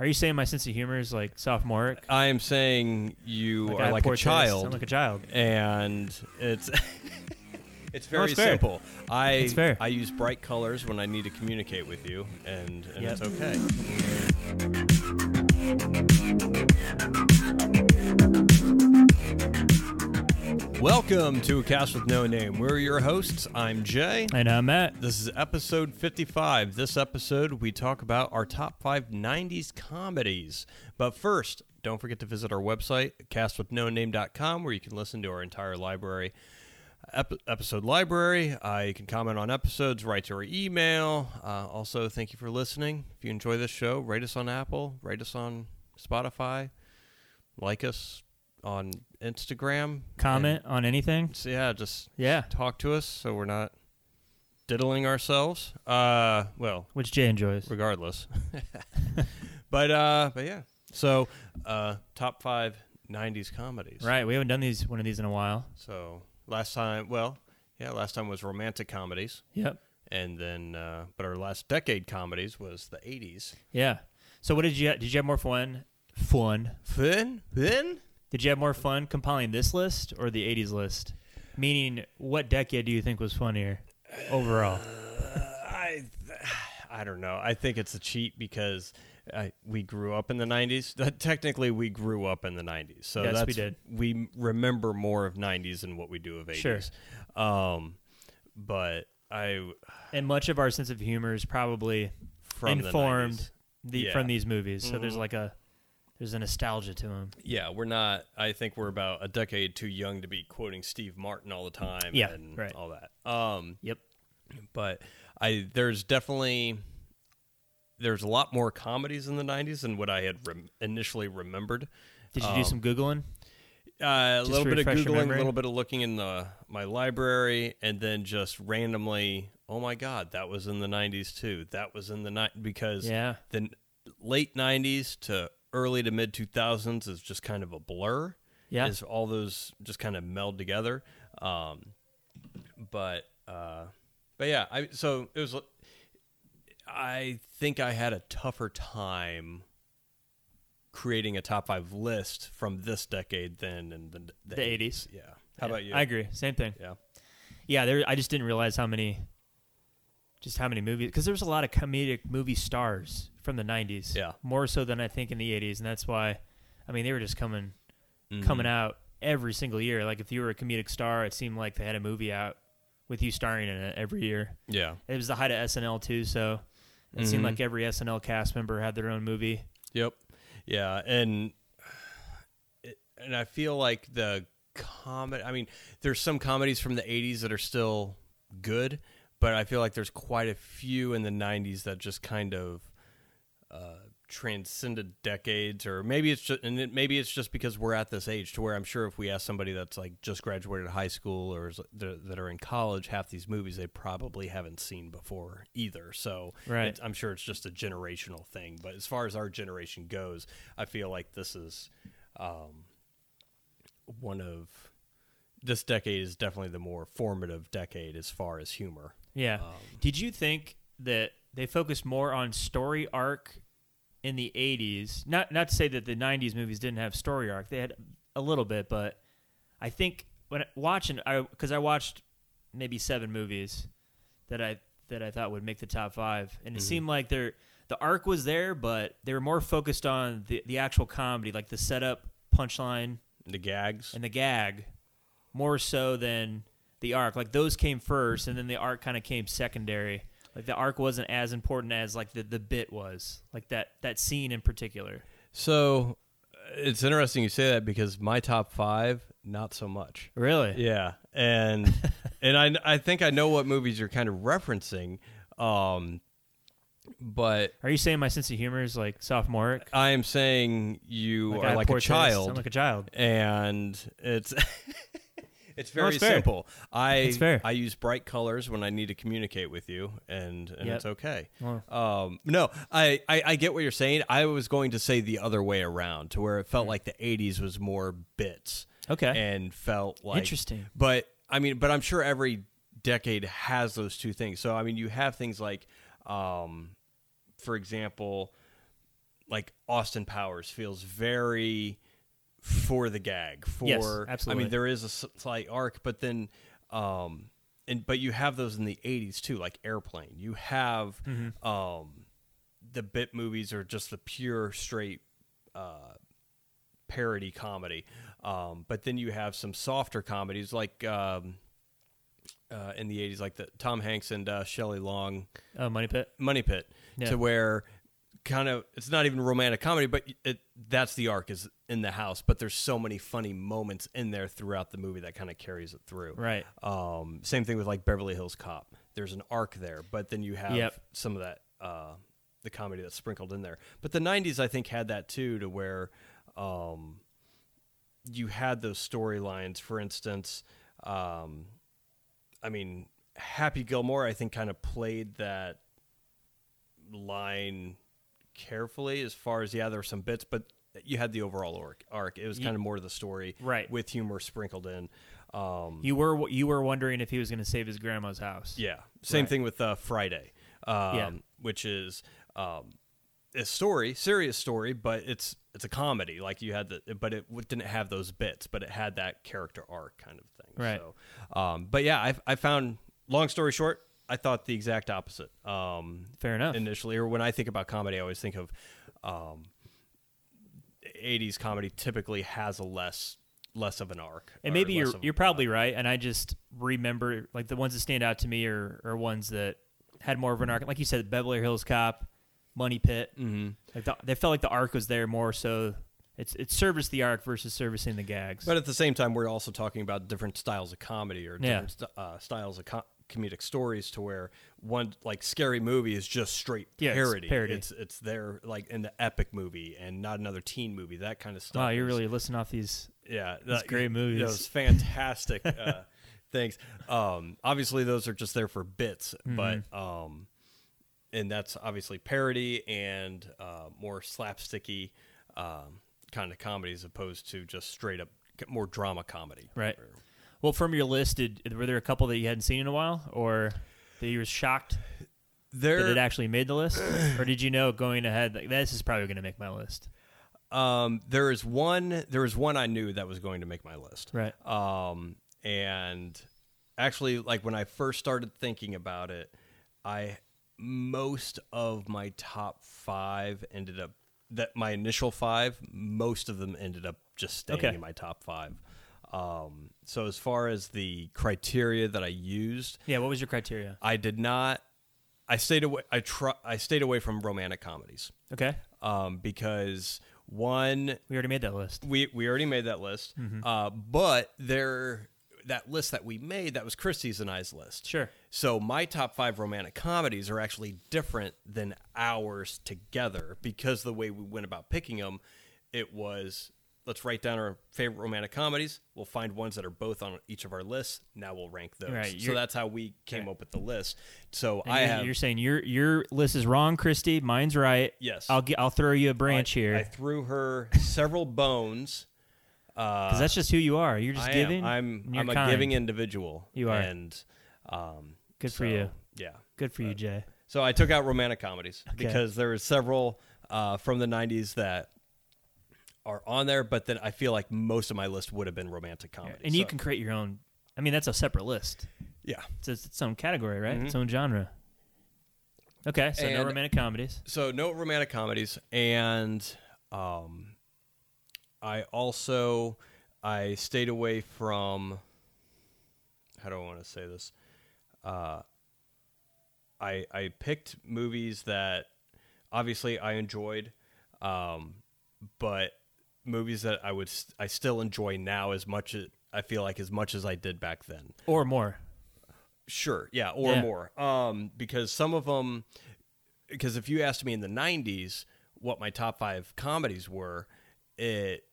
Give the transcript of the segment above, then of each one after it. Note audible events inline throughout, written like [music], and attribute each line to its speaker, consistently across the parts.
Speaker 1: Are you saying my sense of humor is like sophomoric?
Speaker 2: I am saying you
Speaker 1: Like, I
Speaker 2: are
Speaker 1: have
Speaker 2: like
Speaker 1: poor
Speaker 2: a
Speaker 1: taste.
Speaker 2: child,
Speaker 1: I'm like a child.
Speaker 2: and
Speaker 1: [laughs]
Speaker 2: it's [laughs] it's very
Speaker 1: it's fair.
Speaker 2: simple. I
Speaker 1: It's fair.
Speaker 2: I use bright colors when I need to communicate with you, and, and
Speaker 1: Yep.
Speaker 2: it's okay. Welcome to a cast with no name. We're your hosts. I'm Jay.
Speaker 1: And I'm Matt.
Speaker 2: This is episode 55. This episode, we talk about our top five 90s comedies. But first, don't forget to visit our website, castwithnoname.com, where you can listen to our entire library, ep- episode library. Uh, you can comment on episodes, write to our email. Uh, also, thank you for listening. If you enjoy this show, rate us on Apple, rate us on Spotify, like us on Instagram.
Speaker 1: Comment on anything?
Speaker 2: And, yeah, just
Speaker 1: Yeah,
Speaker 2: talk to us so we're not diddling ourselves. Uh, well,
Speaker 1: which Jay enjoys.
Speaker 2: regardless. but uh, but yeah. So uh, top five '90s comedies.
Speaker 1: Right, we haven't done these one of these in a while.
Speaker 2: So last time, well, yeah, last time was romantic comedies,
Speaker 1: Yep.
Speaker 2: and then uh, but our last decade comedies was the '80s.
Speaker 1: Yeah. So what did you did you have more fun? Fun.
Speaker 2: Then then
Speaker 1: Did you have more fun compiling this list or the 80s list? Meaning, what decade do you think was funnier overall?
Speaker 2: Uh, I I don't know. I think it's a cheat because I, we grew up in the 90s. That- Technically, we grew up in the 90s. So
Speaker 1: Yes, we
Speaker 2: that's,
Speaker 1: did.
Speaker 2: We remember more of 90s than what we do of 80s.
Speaker 1: Sure.
Speaker 2: Um, but I
Speaker 1: And much of our sense of humor is probably
Speaker 2: from
Speaker 1: informed
Speaker 2: The 90s,
Speaker 1: the,
Speaker 2: Yeah. Mm-hmm.
Speaker 1: from these movies. So there's like a there's a nostalgia to them.
Speaker 2: yeah, we're not. I think we're about a decade too young to be quoting Steve Martin all the time.
Speaker 1: Yeah,
Speaker 2: and
Speaker 1: right.
Speaker 2: All that. Um,
Speaker 1: Yep.
Speaker 2: but I there's definitely there's a lot more comedies in the 90s than what I had rem- initially remembered.
Speaker 1: Did you do
Speaker 2: Um,
Speaker 1: some googling?
Speaker 2: Uh, a
Speaker 1: Just
Speaker 2: little
Speaker 1: to
Speaker 2: bit of
Speaker 1: refresh your
Speaker 2: googling, a
Speaker 1: memory?
Speaker 2: little bit of looking in the my library, and then just randomly, oh my god, that was in the '90s too. That was in the night because
Speaker 1: Yeah.
Speaker 2: the n- late '90s to early to mid 2000s is just kind of a blur.
Speaker 1: Yeah.
Speaker 2: is all those just kind of meld together. Um, but uh, but yeah, I so it was. I think I had a tougher time creating a top five list from this decade than in the
Speaker 1: The 80s.
Speaker 2: Yeah. How about you?
Speaker 1: I agree. Same thing.
Speaker 2: Yeah.
Speaker 1: Yeah, there. I just didn't realize how many, just how many movies, because there was a lot of comedic movie stars from the '90s.
Speaker 2: Yeah.
Speaker 1: more so than I think in the '80s, and that's why, I mean, they were just coming,
Speaker 2: Mhm.
Speaker 1: coming out every single year. Like if you were a comedic star, it seemed like they had a movie out with you starring in it every year.
Speaker 2: Yeah.
Speaker 1: It was the height of SNL too, so it
Speaker 2: Mhm.
Speaker 1: seemed like every SNL cast member had their own movie.
Speaker 2: Yep. Yeah, and it- and I feel like the comedy. I mean, there's some comedies from the '80s that are still good, but I feel like there's quite a few in the '90s that just kind of uh, transcended decades, or maybe it's just and it, maybe it's just because we're at this age to where I'm sure if we ask somebody that's like just graduated high school or is, that that are in college, half these movies they probably haven't seen before either. So
Speaker 1: Right.
Speaker 2: it's- I'm sure it's just a generational thing. But as far as our generation goes, I feel like this is um, one of this decade is definitely the more formative decade as far as humor.
Speaker 1: Yeah.
Speaker 2: Um,
Speaker 1: Did you think that they focused more on story arc in the '80s? Not not to say that the '90s movies didn't have story arc; they had a little bit, but I think when I- watching, I because I watched maybe seven movies that I that I thought would make the top five, and it seemed like they're. The arc was there, but they were more focused on the, the actual comedy, like the setup, punchline,
Speaker 2: the gags.
Speaker 1: and the gag more so than the arc. Like those came first, and then the arc kind of came secondary. Like the arc wasn't as important as like the, the bit was, like that that scene in particular.
Speaker 2: So uh, it's interesting you say that because my top five, not so much.
Speaker 1: Really?
Speaker 2: Yeah, and [laughs] and I I think I know what movies you're kind of referencing, um, but
Speaker 1: Are you saying my sense of humor is like sophomoric?
Speaker 2: I am saying you
Speaker 1: I
Speaker 2: are
Speaker 1: have
Speaker 2: like
Speaker 1: poor
Speaker 2: a
Speaker 1: taste.
Speaker 2: child,
Speaker 1: I'm like a child.
Speaker 2: and it's. [laughs] It's very
Speaker 1: it's fair.
Speaker 2: simple. I
Speaker 1: It's fair.
Speaker 2: I use bright colors when I need to communicate with you, and, and
Speaker 1: Yep.
Speaker 2: it's okay.
Speaker 1: Well-
Speaker 2: Um, no, I, I, I get what you're saying. I was going to say the other way around, to where it felt like the '80s was more bits,
Speaker 1: Mm. Okay.
Speaker 2: and felt like
Speaker 1: Interesting.
Speaker 2: But I mean, but I'm sure every decade has those two things. So I mean, you have things like, um, for example, like Austin Powers feels very for the gag. For
Speaker 1: Yes,
Speaker 2: I
Speaker 1: absolutely.
Speaker 2: mean, there is a s- slight arc, but then, um, and but you have those in the '80s too, like Airplane. You have,
Speaker 1: Mm-hmm.
Speaker 2: um, the bit movies are just the pure straight uh, parody comedy, um, but then you have some softer comedies like. Um, uh, in the 80s like the tom hanks and uh, shelley long
Speaker 1: Oh, Money Pit.
Speaker 2: Money Pit
Speaker 1: Yeah.
Speaker 2: to where kind of it's not even romantic comedy, but it, that's the arc is in the house. But there's so many funny moments in there throughout the movie that kind of carries it through.
Speaker 1: Right.
Speaker 2: Um, same thing with like Beverly Hills Cop. There's an arc there, but then you have
Speaker 1: Yep.
Speaker 2: some of that uh, the comedy that's sprinkled in there. But the '90s, I think, had that too, to where um, you had those storylines. For instance, um, I mean, Happy Gilmore, I think, kind of played that line carefully as far as yeah, there were some bits, but you had the overall arc. Arc. It was
Speaker 1: Ye-
Speaker 2: kind of more of the story,
Speaker 1: Right.
Speaker 2: with humor sprinkled in. Um,
Speaker 1: You were you were wondering if he was going to save his grandma's house.
Speaker 2: yeah, same
Speaker 1: Right.
Speaker 2: thing with uh, Friday, um,
Speaker 1: Yeah.
Speaker 2: which is um, a story, serious story, but it's it's a comedy. Like you had the, but it w- didn't have those bits, but it had that character arc kind of thing.
Speaker 1: Right.
Speaker 2: So, um, but yeah, I, I found. Long story short, I thought the exact opposite. Um,
Speaker 1: Fair enough.
Speaker 2: initially, or when I think about comedy, I always think of um, 80s comedy. Typically, has a less less of an arc,
Speaker 1: and
Speaker 2: or
Speaker 1: maybe
Speaker 2: less
Speaker 1: you're
Speaker 2: of a
Speaker 1: you're probably right. And I just remember like the ones that stand out to me are are ones that had more of an arc. Like you said, Beverly Hills Cop, Money Pit. Mm-hmm. Like the, they felt like the arc was there more. So it's it serviced the arc versus servicing the gags.
Speaker 2: But at the same time, we're also talking about different styles of comedy or
Speaker 1: Yeah.
Speaker 2: different st- uh, styles of co- comedic stories, to where one like scary movie is just straight
Speaker 1: Yeah, it's
Speaker 2: parody.
Speaker 1: parody.
Speaker 2: It's it's there like in the epic movie and not another teen movie, that kind of stuff.
Speaker 1: wow, you're
Speaker 2: is-
Speaker 1: really listening off these.
Speaker 2: yeah,
Speaker 1: great movies. [laughs]
Speaker 2: Those fantastic uh, things. Um, obviously, those are just there for bits,
Speaker 1: Mm-hmm.
Speaker 2: but um, and that's obviously parody and uh, more slapsticky um, kind of comedy as opposed to just straight up c- more drama comedy.
Speaker 1: Right. Well, from your list, did, were there a couple that you hadn't seen in a while, or that you were shocked that it
Speaker 2: There,
Speaker 1: actually made the list, or did you know going ahead like this is probably going to make my list?
Speaker 2: um, there is one. There is one I knew that was going to make my list.
Speaker 1: Right.
Speaker 2: Um, and actually, like when I first started thinking about it, I most of my top five ended up that my initial five, most of them ended up just staying
Speaker 1: Okay.
Speaker 2: in my top five. Um, so as far as the criteria that I used,
Speaker 1: Yeah. What was your criteria?
Speaker 2: I did not. I stayed away. I try. I stayed away from romantic comedies
Speaker 1: Okay.
Speaker 2: um, because one,
Speaker 1: We already made that list.
Speaker 2: we we already made that list.
Speaker 1: Mm-hmm.
Speaker 2: Uh, but there that list that we made that was Christie's and I's list.
Speaker 1: Sure.
Speaker 2: So my top five romantic comedies are actually different than ours together because the way we went about picking them, it was let's write down our favorite romantic comedies. We'll find ones that are both on each of our lists. Now we'll rank those.
Speaker 1: Right,
Speaker 2: so
Speaker 1: you're-
Speaker 2: that's how we came up with the list. So
Speaker 1: And
Speaker 2: I
Speaker 1: you're,
Speaker 2: have
Speaker 1: you're saying your your list is wrong, Christy. Mine's right.
Speaker 2: Yes.
Speaker 1: I'll get, I'll throw you a branch
Speaker 2: I-
Speaker 1: here
Speaker 2: I threw her several bones. uh,
Speaker 1: because that's just who you are. You're just
Speaker 2: I
Speaker 1: giving.
Speaker 2: Am. I'm
Speaker 1: and you're
Speaker 2: I'm a
Speaker 1: kind.
Speaker 2: giving individual.
Speaker 1: You are.
Speaker 2: and um,
Speaker 1: Good for
Speaker 2: so, uh,
Speaker 1: you.
Speaker 2: Yeah.
Speaker 1: Good for you, Jay.
Speaker 2: So I took out romantic comedies because there were several uh, from the '90s that are on there, but then I feel like most of my list would have been romantic comedies.
Speaker 1: And you
Speaker 2: So-
Speaker 1: can create your own. I mean, that's a separate list.
Speaker 2: yeah.
Speaker 1: It's its, its own category, right? Its own genre. Okay, so no
Speaker 2: Mm-hmm. And-
Speaker 1: romantic comedies.
Speaker 2: So no romantic comedies, and um, I also I stayed away from. How do I want to say this? Uh, I I picked movies that obviously I enjoyed, um, but movies that I would st- I still enjoy now as much as I feel like as much as I did back then.
Speaker 1: Or more.
Speaker 2: Sure, yeah, or
Speaker 1: Yeah.
Speaker 2: more. Um, because some of them, because if you asked me in the '90s what my top five comedies were, it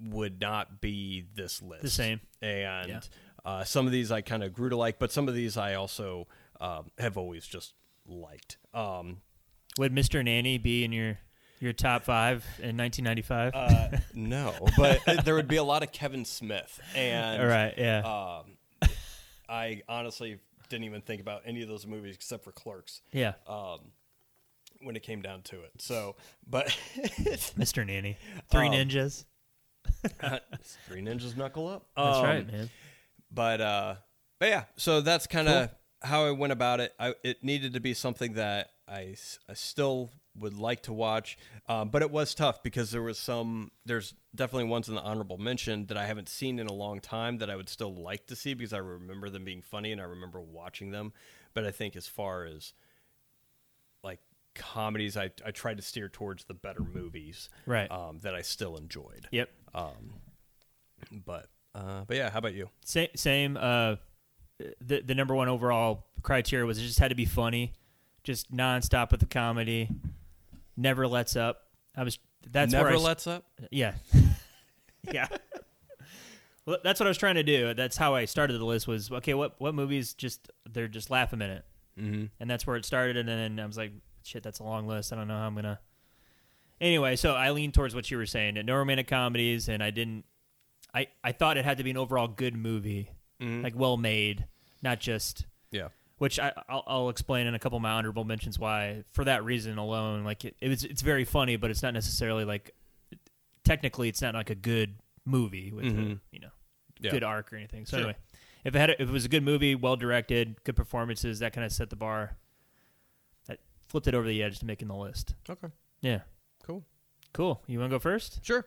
Speaker 2: would not be this list.
Speaker 1: same.
Speaker 2: And
Speaker 1: Yeah.
Speaker 2: uh, some of these I kind of grew to like, but some of these I also um, have always just liked.
Speaker 1: [laughs]
Speaker 2: Um,
Speaker 1: Would Mr. Nanny be in your your top five in 1995?
Speaker 2: uh, no, but there would be a lot of Kevin Smith and
Speaker 1: All [laughs] right, yeah.
Speaker 2: Um, I honestly didn't even think about any of those movies except for Clerks.
Speaker 1: yeah.
Speaker 2: um, when it came down to it. So, but [laughs]
Speaker 1: Mr. Nanny, Three
Speaker 2: Um,
Speaker 1: Ninjas.
Speaker 2: three ninjas knuckle up.
Speaker 1: That's
Speaker 2: Um,
Speaker 1: right, man.
Speaker 2: but uh but yeah so that's kind of how i went about it I, it needed to be something that I, s- I still would like to watch um, but it was tough because there was some there's definitely ones in the honorable mention that i haven't seen in a long time that i would still like to see because i remember them being funny and i remember watching them but i think as far as like comedies i, I tried to steer towards the better movies
Speaker 1: Right.
Speaker 2: um, that i still enjoyed
Speaker 1: Yep.
Speaker 2: but uh, but yeah how about you
Speaker 1: Same. Same. Uh, the the number one overall criteria was it just had to be funny, just nonstop with the comedy, never lets up. I was. That's where I
Speaker 2: never
Speaker 1: s-
Speaker 2: lets up
Speaker 1: [laughs] Yeah. yeah. Well, that's what I was trying to do. That's how I started the list was okay, what what movies just they're just laugh a minute. Mm-hmm. And that's where it started and then I was like, shit, that's a long list. I don't know how I'm going to Anyway, so I leaned towards what you were saying. No romantic comedies and I didn't I I thought it had to be an overall good movie.
Speaker 2: Mm-hmm.
Speaker 1: Like well made, not just
Speaker 2: yeah
Speaker 1: which I, I'll, I'll explain in a couple of my honorable mentions why for that reason alone like it, it's it's very funny but it's not necessarily like technically it's not like a good movie with a,
Speaker 2: Mhm.
Speaker 1: you know
Speaker 2: Yeah.
Speaker 1: good arc or anything so
Speaker 2: Sure.
Speaker 1: anyway if it had a, if it was a good movie well directed good performances that kind of set the bar that flipped it over the edge to making the list
Speaker 2: Okay.
Speaker 1: yeah
Speaker 2: Cool.
Speaker 1: cool you want to go first
Speaker 2: Sure.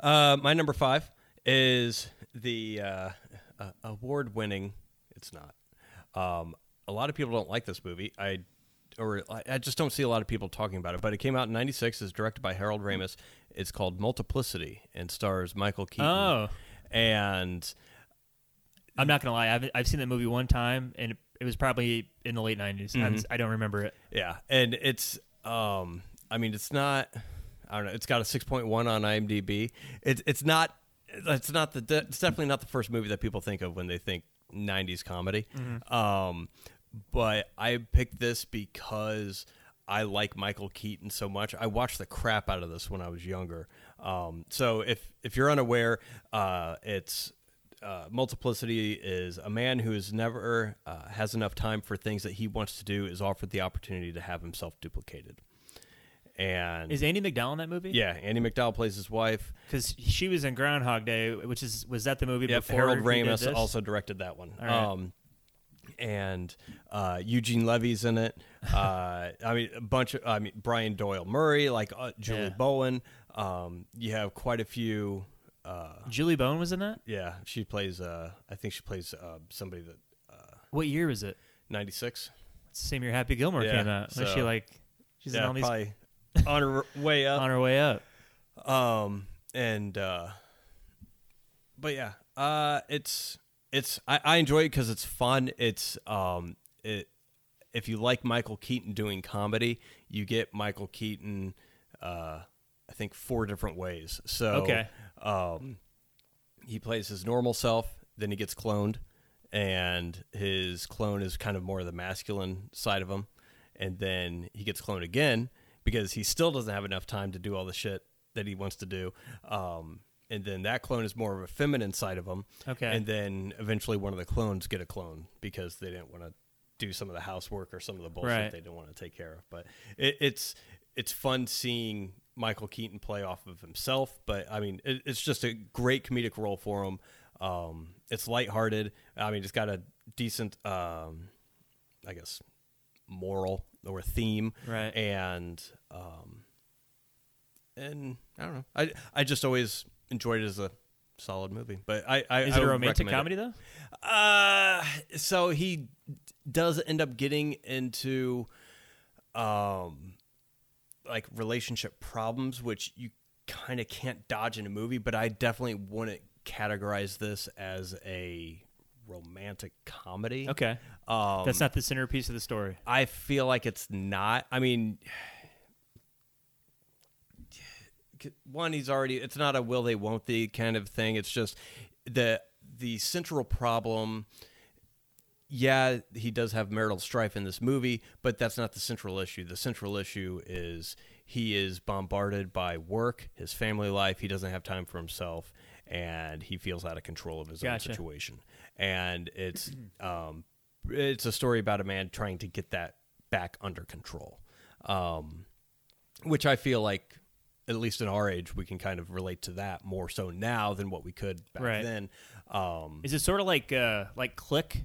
Speaker 2: Uh, my number five is the uh, uh, award-winning. It's not. Um, a lot of people don't like this movie. I or I- I just don't see a lot of people talking about it. But it came out in '96. It's directed by Harold Ramis. It's called Multiplicity and stars Michael Keaton.
Speaker 1: Oh.
Speaker 2: And
Speaker 1: i'm not gonna lie i've, I've seen that movie one time and it, it was probably in the late 90s
Speaker 2: Mm-hmm.
Speaker 1: I haven't- i don't remember it
Speaker 2: Yeah, and it's um I mean it's not I don't know, it's got a 6.1 on IMDb. It's it's not it's not the it's definitely not the first movie that people think of when they think 90s comedy. Um but I picked this because I like Michael Keaton so much. I watched the crap out of this when I was younger. Um, so if if you're unaware, uh, it's uh, multiplicity is a man who is never uh, has enough time for things that he wants to do is offered the opportunity to have himself duplicated. And
Speaker 1: is andy mcdowell in that movie
Speaker 2: yeah, Andy McDowell plays his wife.
Speaker 1: because she was in Groundhog Day, which is was that the movie
Speaker 2: Yep,
Speaker 1: before
Speaker 2: Harold
Speaker 1: he did
Speaker 2: Ramis
Speaker 1: this?
Speaker 2: also directed that one.
Speaker 1: right.
Speaker 2: Um, and uh, Eugene Levy's in it. Uh, I mean, a bunch of I mean Brian Doyle Murray, like uh, Julie
Speaker 1: Yeah.
Speaker 2: Bowen. Um, you have quite a few. Uh,
Speaker 1: Julie Bone was in that.
Speaker 2: yeah, she plays. Uh, I think she plays uh, somebody that uh,
Speaker 1: What year was it?
Speaker 2: ninety six.
Speaker 1: It's the same year Happy Gilmore
Speaker 2: Yeah,
Speaker 1: came out. Was
Speaker 2: so-
Speaker 1: she like she's in
Speaker 2: yeah,
Speaker 1: all these
Speaker 2: probably on her way up.
Speaker 1: on her way up?
Speaker 2: um and uh but yeah uh it's it's i, I enjoy it because it's fun it's um it if you like michael keaton doing comedy you get michael keaton uh i think four different ways so
Speaker 1: Okay.
Speaker 2: um he plays his normal self then he gets cloned and his clone is kind of more of the masculine side of him and then he gets cloned again because he still doesn't have enough time to do all the shit that he wants to do um, and then that clone is more of a feminine side of him
Speaker 1: Okay.
Speaker 2: and then eventually one of the clones get a clone because they didn't want to do some of the housework or some of the bullshit
Speaker 1: Right.
Speaker 2: they didn't want to take care of but it, it's it's fun seeing michael keaton play off of himself but i mean it, it's just a great comedic role for him um, it's lighthearted i mean it's got a decent um, i guess moral or theme
Speaker 1: Right.
Speaker 2: and um and i don't know i i just always enjoyed it as a solid movie but i i
Speaker 1: Is
Speaker 2: I
Speaker 1: it a
Speaker 2: would
Speaker 1: romantic
Speaker 2: recommend it.
Speaker 1: comedy though?
Speaker 2: Uh, so he d- does end up getting into, um, like relationship problems, which you kind of can't dodge in a movie. But I definitely wouldn't categorize this as a romantic comedy.
Speaker 1: Okay,
Speaker 2: um,
Speaker 1: that's not the centerpiece of the story.
Speaker 2: I feel like it's not. I mean, one he's already. It's not a will they won't they kind of thing. It's just the the central problem. Yeah, he does have marital strife in this movie, but that's not the central issue. The central issue is he is bombarded by work, his family life. He doesn't have time for himself, and he feels out of control of his own
Speaker 1: Gotcha.
Speaker 2: situation situation. and it's [clears throat] um, it's a story about a man trying to get that back under control. Um, which I feel like at least in our age we can kind of relate to that more so now than what we could back
Speaker 1: Right.
Speaker 2: then. Um,
Speaker 1: Is it sort of like uh, like Click,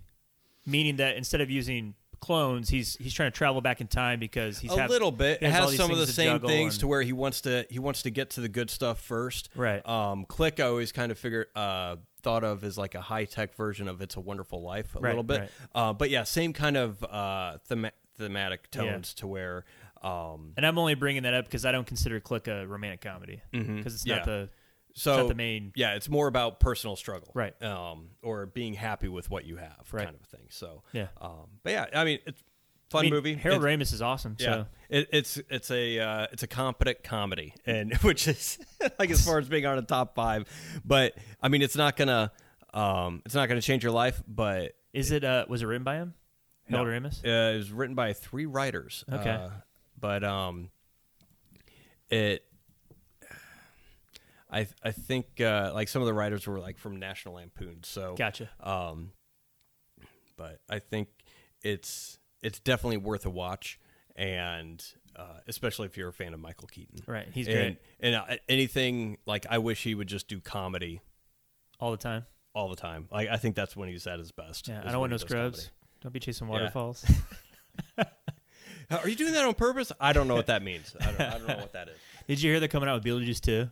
Speaker 1: meaning that instead of using clones, he's he's trying to travel back in time because he's
Speaker 2: a
Speaker 1: have-
Speaker 2: little bit.
Speaker 1: he
Speaker 2: It
Speaker 1: all
Speaker 2: has
Speaker 1: these
Speaker 2: some of the
Speaker 1: things to
Speaker 2: same
Speaker 1: juggle
Speaker 2: things
Speaker 1: and-
Speaker 2: to where he wants to he wants to get to the good stuff first.
Speaker 1: Right.
Speaker 2: Um, Click I always kind of figure uh, thought of as like a high tech version of It's a Wonderful Life a
Speaker 1: Right,
Speaker 2: little bit.
Speaker 1: right.
Speaker 2: Uh, but yeah, same kind of uh, thema- thematic
Speaker 1: Yeah.
Speaker 2: tones to where um,
Speaker 1: And I'm only bringing that up because I don't consider Click a romantic comedy because it's not
Speaker 2: Mm-hmm. Yeah.
Speaker 1: the
Speaker 2: so
Speaker 1: not the main-
Speaker 2: yeah it's more about personal struggle
Speaker 1: Right.
Speaker 2: um, or being happy with what you have
Speaker 1: Right.
Speaker 2: kind of a thing so
Speaker 1: Yeah.
Speaker 2: um, but yeah I mean it's a fun
Speaker 1: I mean,
Speaker 2: movie
Speaker 1: Harold
Speaker 2: It's-
Speaker 1: Ramis is awesome.
Speaker 2: Yeah,
Speaker 1: So
Speaker 2: it, it's it's a uh, it's a competent comedy, and [laughs] which is like as far as being on a top five, but I mean it's not gonna um, it's not gonna change your life, but
Speaker 1: is it uh, was it written by him? Harold Ramis.
Speaker 2: uh, it was written by three writers.
Speaker 1: Okay.
Speaker 2: uh, but um, it. I, I think uh, like some of the writers were like from National Lampoon, so
Speaker 1: Gotcha.
Speaker 2: um, but I think it's it's definitely worth a watch, and uh, especially if you're a fan of Michael Keaton.
Speaker 1: Right, he's
Speaker 2: and,
Speaker 1: great
Speaker 2: And uh, anything like I wish he would just do comedy
Speaker 1: all the time.
Speaker 2: all the time. Like I think that's when he's at his best.
Speaker 1: Yeah,
Speaker 2: is
Speaker 1: I don't want
Speaker 2: when
Speaker 1: no
Speaker 2: he does
Speaker 1: scrubs.
Speaker 2: comedy.
Speaker 1: Don't be chasing
Speaker 2: [laughs]
Speaker 1: waterfalls.
Speaker 2: Uh, Are you doing that on purpose? I don't know what that means. I don't, I don't know what that is.
Speaker 1: Did you hear they're coming out with Beetlejuice too?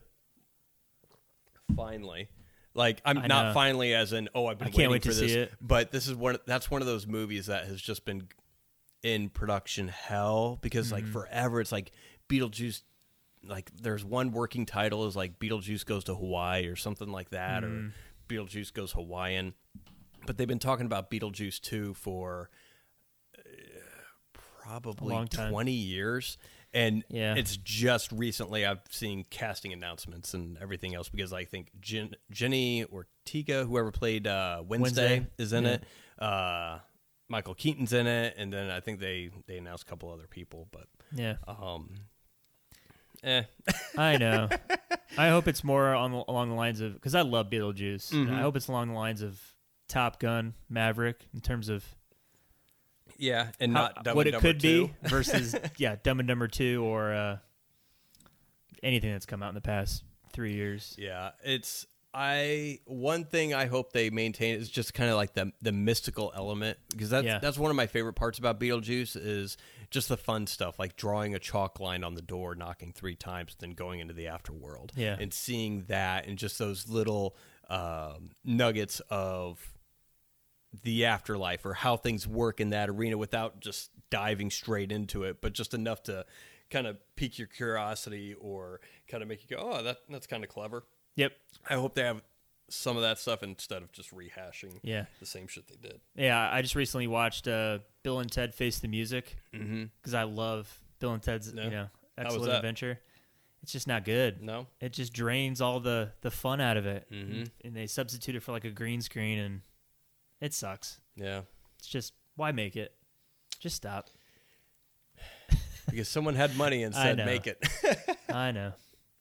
Speaker 2: Finally. Like I'm
Speaker 1: I
Speaker 2: not
Speaker 1: know.
Speaker 2: finally as in oh I've been
Speaker 1: I can't
Speaker 2: waiting
Speaker 1: wait
Speaker 2: for
Speaker 1: to see
Speaker 2: this,
Speaker 1: it.
Speaker 2: but this is one that's one of those movies that has just been in production hell because like
Speaker 1: Mm-hmm.
Speaker 2: forever it's like Beetlejuice like there's one working title is like Beetlejuice goes to Hawaii or something like that
Speaker 1: Mm-hmm.
Speaker 2: or Beetlejuice goes Hawaiian but they've been talking about Beetlejuice 2 for uh, probably
Speaker 1: long time.
Speaker 2: 20 years and
Speaker 1: Yeah.
Speaker 2: it's just recently I've seen casting announcements and everything else because I think Jen, Jenny Ortega whoever played uh, Wednesday,
Speaker 1: Wednesday,
Speaker 2: is in it uh, Michael Keaton's in it and then I think they they announced a couple other people but
Speaker 1: Yeah,
Speaker 2: um eh
Speaker 1: Uh, I know. I hope it's more on along the lines of because I love Beetlejuice.
Speaker 2: Mm-hmm.
Speaker 1: and I hope it's along the lines of Top Gun, Maverick, in terms of
Speaker 2: yeah and
Speaker 1: how-
Speaker 2: not Dumb
Speaker 1: what
Speaker 2: and
Speaker 1: it
Speaker 2: Dumber
Speaker 1: could
Speaker 2: 2.
Speaker 1: be [laughs]
Speaker 2: [laughs]
Speaker 1: versus yeah, Dumb and Dumber Two or uh, anything that's come out in the past three years.
Speaker 2: Yeah, it's I one thing I hope they maintain is just kind of like the the mystical element because that's
Speaker 1: Yeah.
Speaker 2: that's one of my favorite parts about Beetlejuice is just the fun stuff like drawing a chalk line on the door, knocking three times, then going into the afterworld,
Speaker 1: Yeah.
Speaker 2: and seeing that and just those little um, nuggets of the afterlife or how things work in that arena without just diving straight into it, but just enough to kind of pique your curiosity or kind of make you go, "Oh, that that's kind of clever."
Speaker 1: Yep.
Speaker 2: I hope they have some of that stuff instead of just rehashing
Speaker 1: Yeah.
Speaker 2: the same shit they did.
Speaker 1: Yeah, I just recently watched uh, Bill and Ted Face the Music because I love Bill and Ted's
Speaker 2: Yeah.
Speaker 1: you know
Speaker 2: How was
Speaker 1: excellent
Speaker 2: that?
Speaker 1: adventure. It's just not good.
Speaker 2: No,
Speaker 1: It just drains all the the fun out of it,
Speaker 2: Mhm.
Speaker 1: and they substitute it for like a green screen, and it sucks.
Speaker 2: yeah,
Speaker 1: It's just why make it? Just stop.
Speaker 2: because someone had money
Speaker 1: [laughs]
Speaker 2: and
Speaker 1: I
Speaker 2: said
Speaker 1: know.
Speaker 2: make it.
Speaker 1: I know.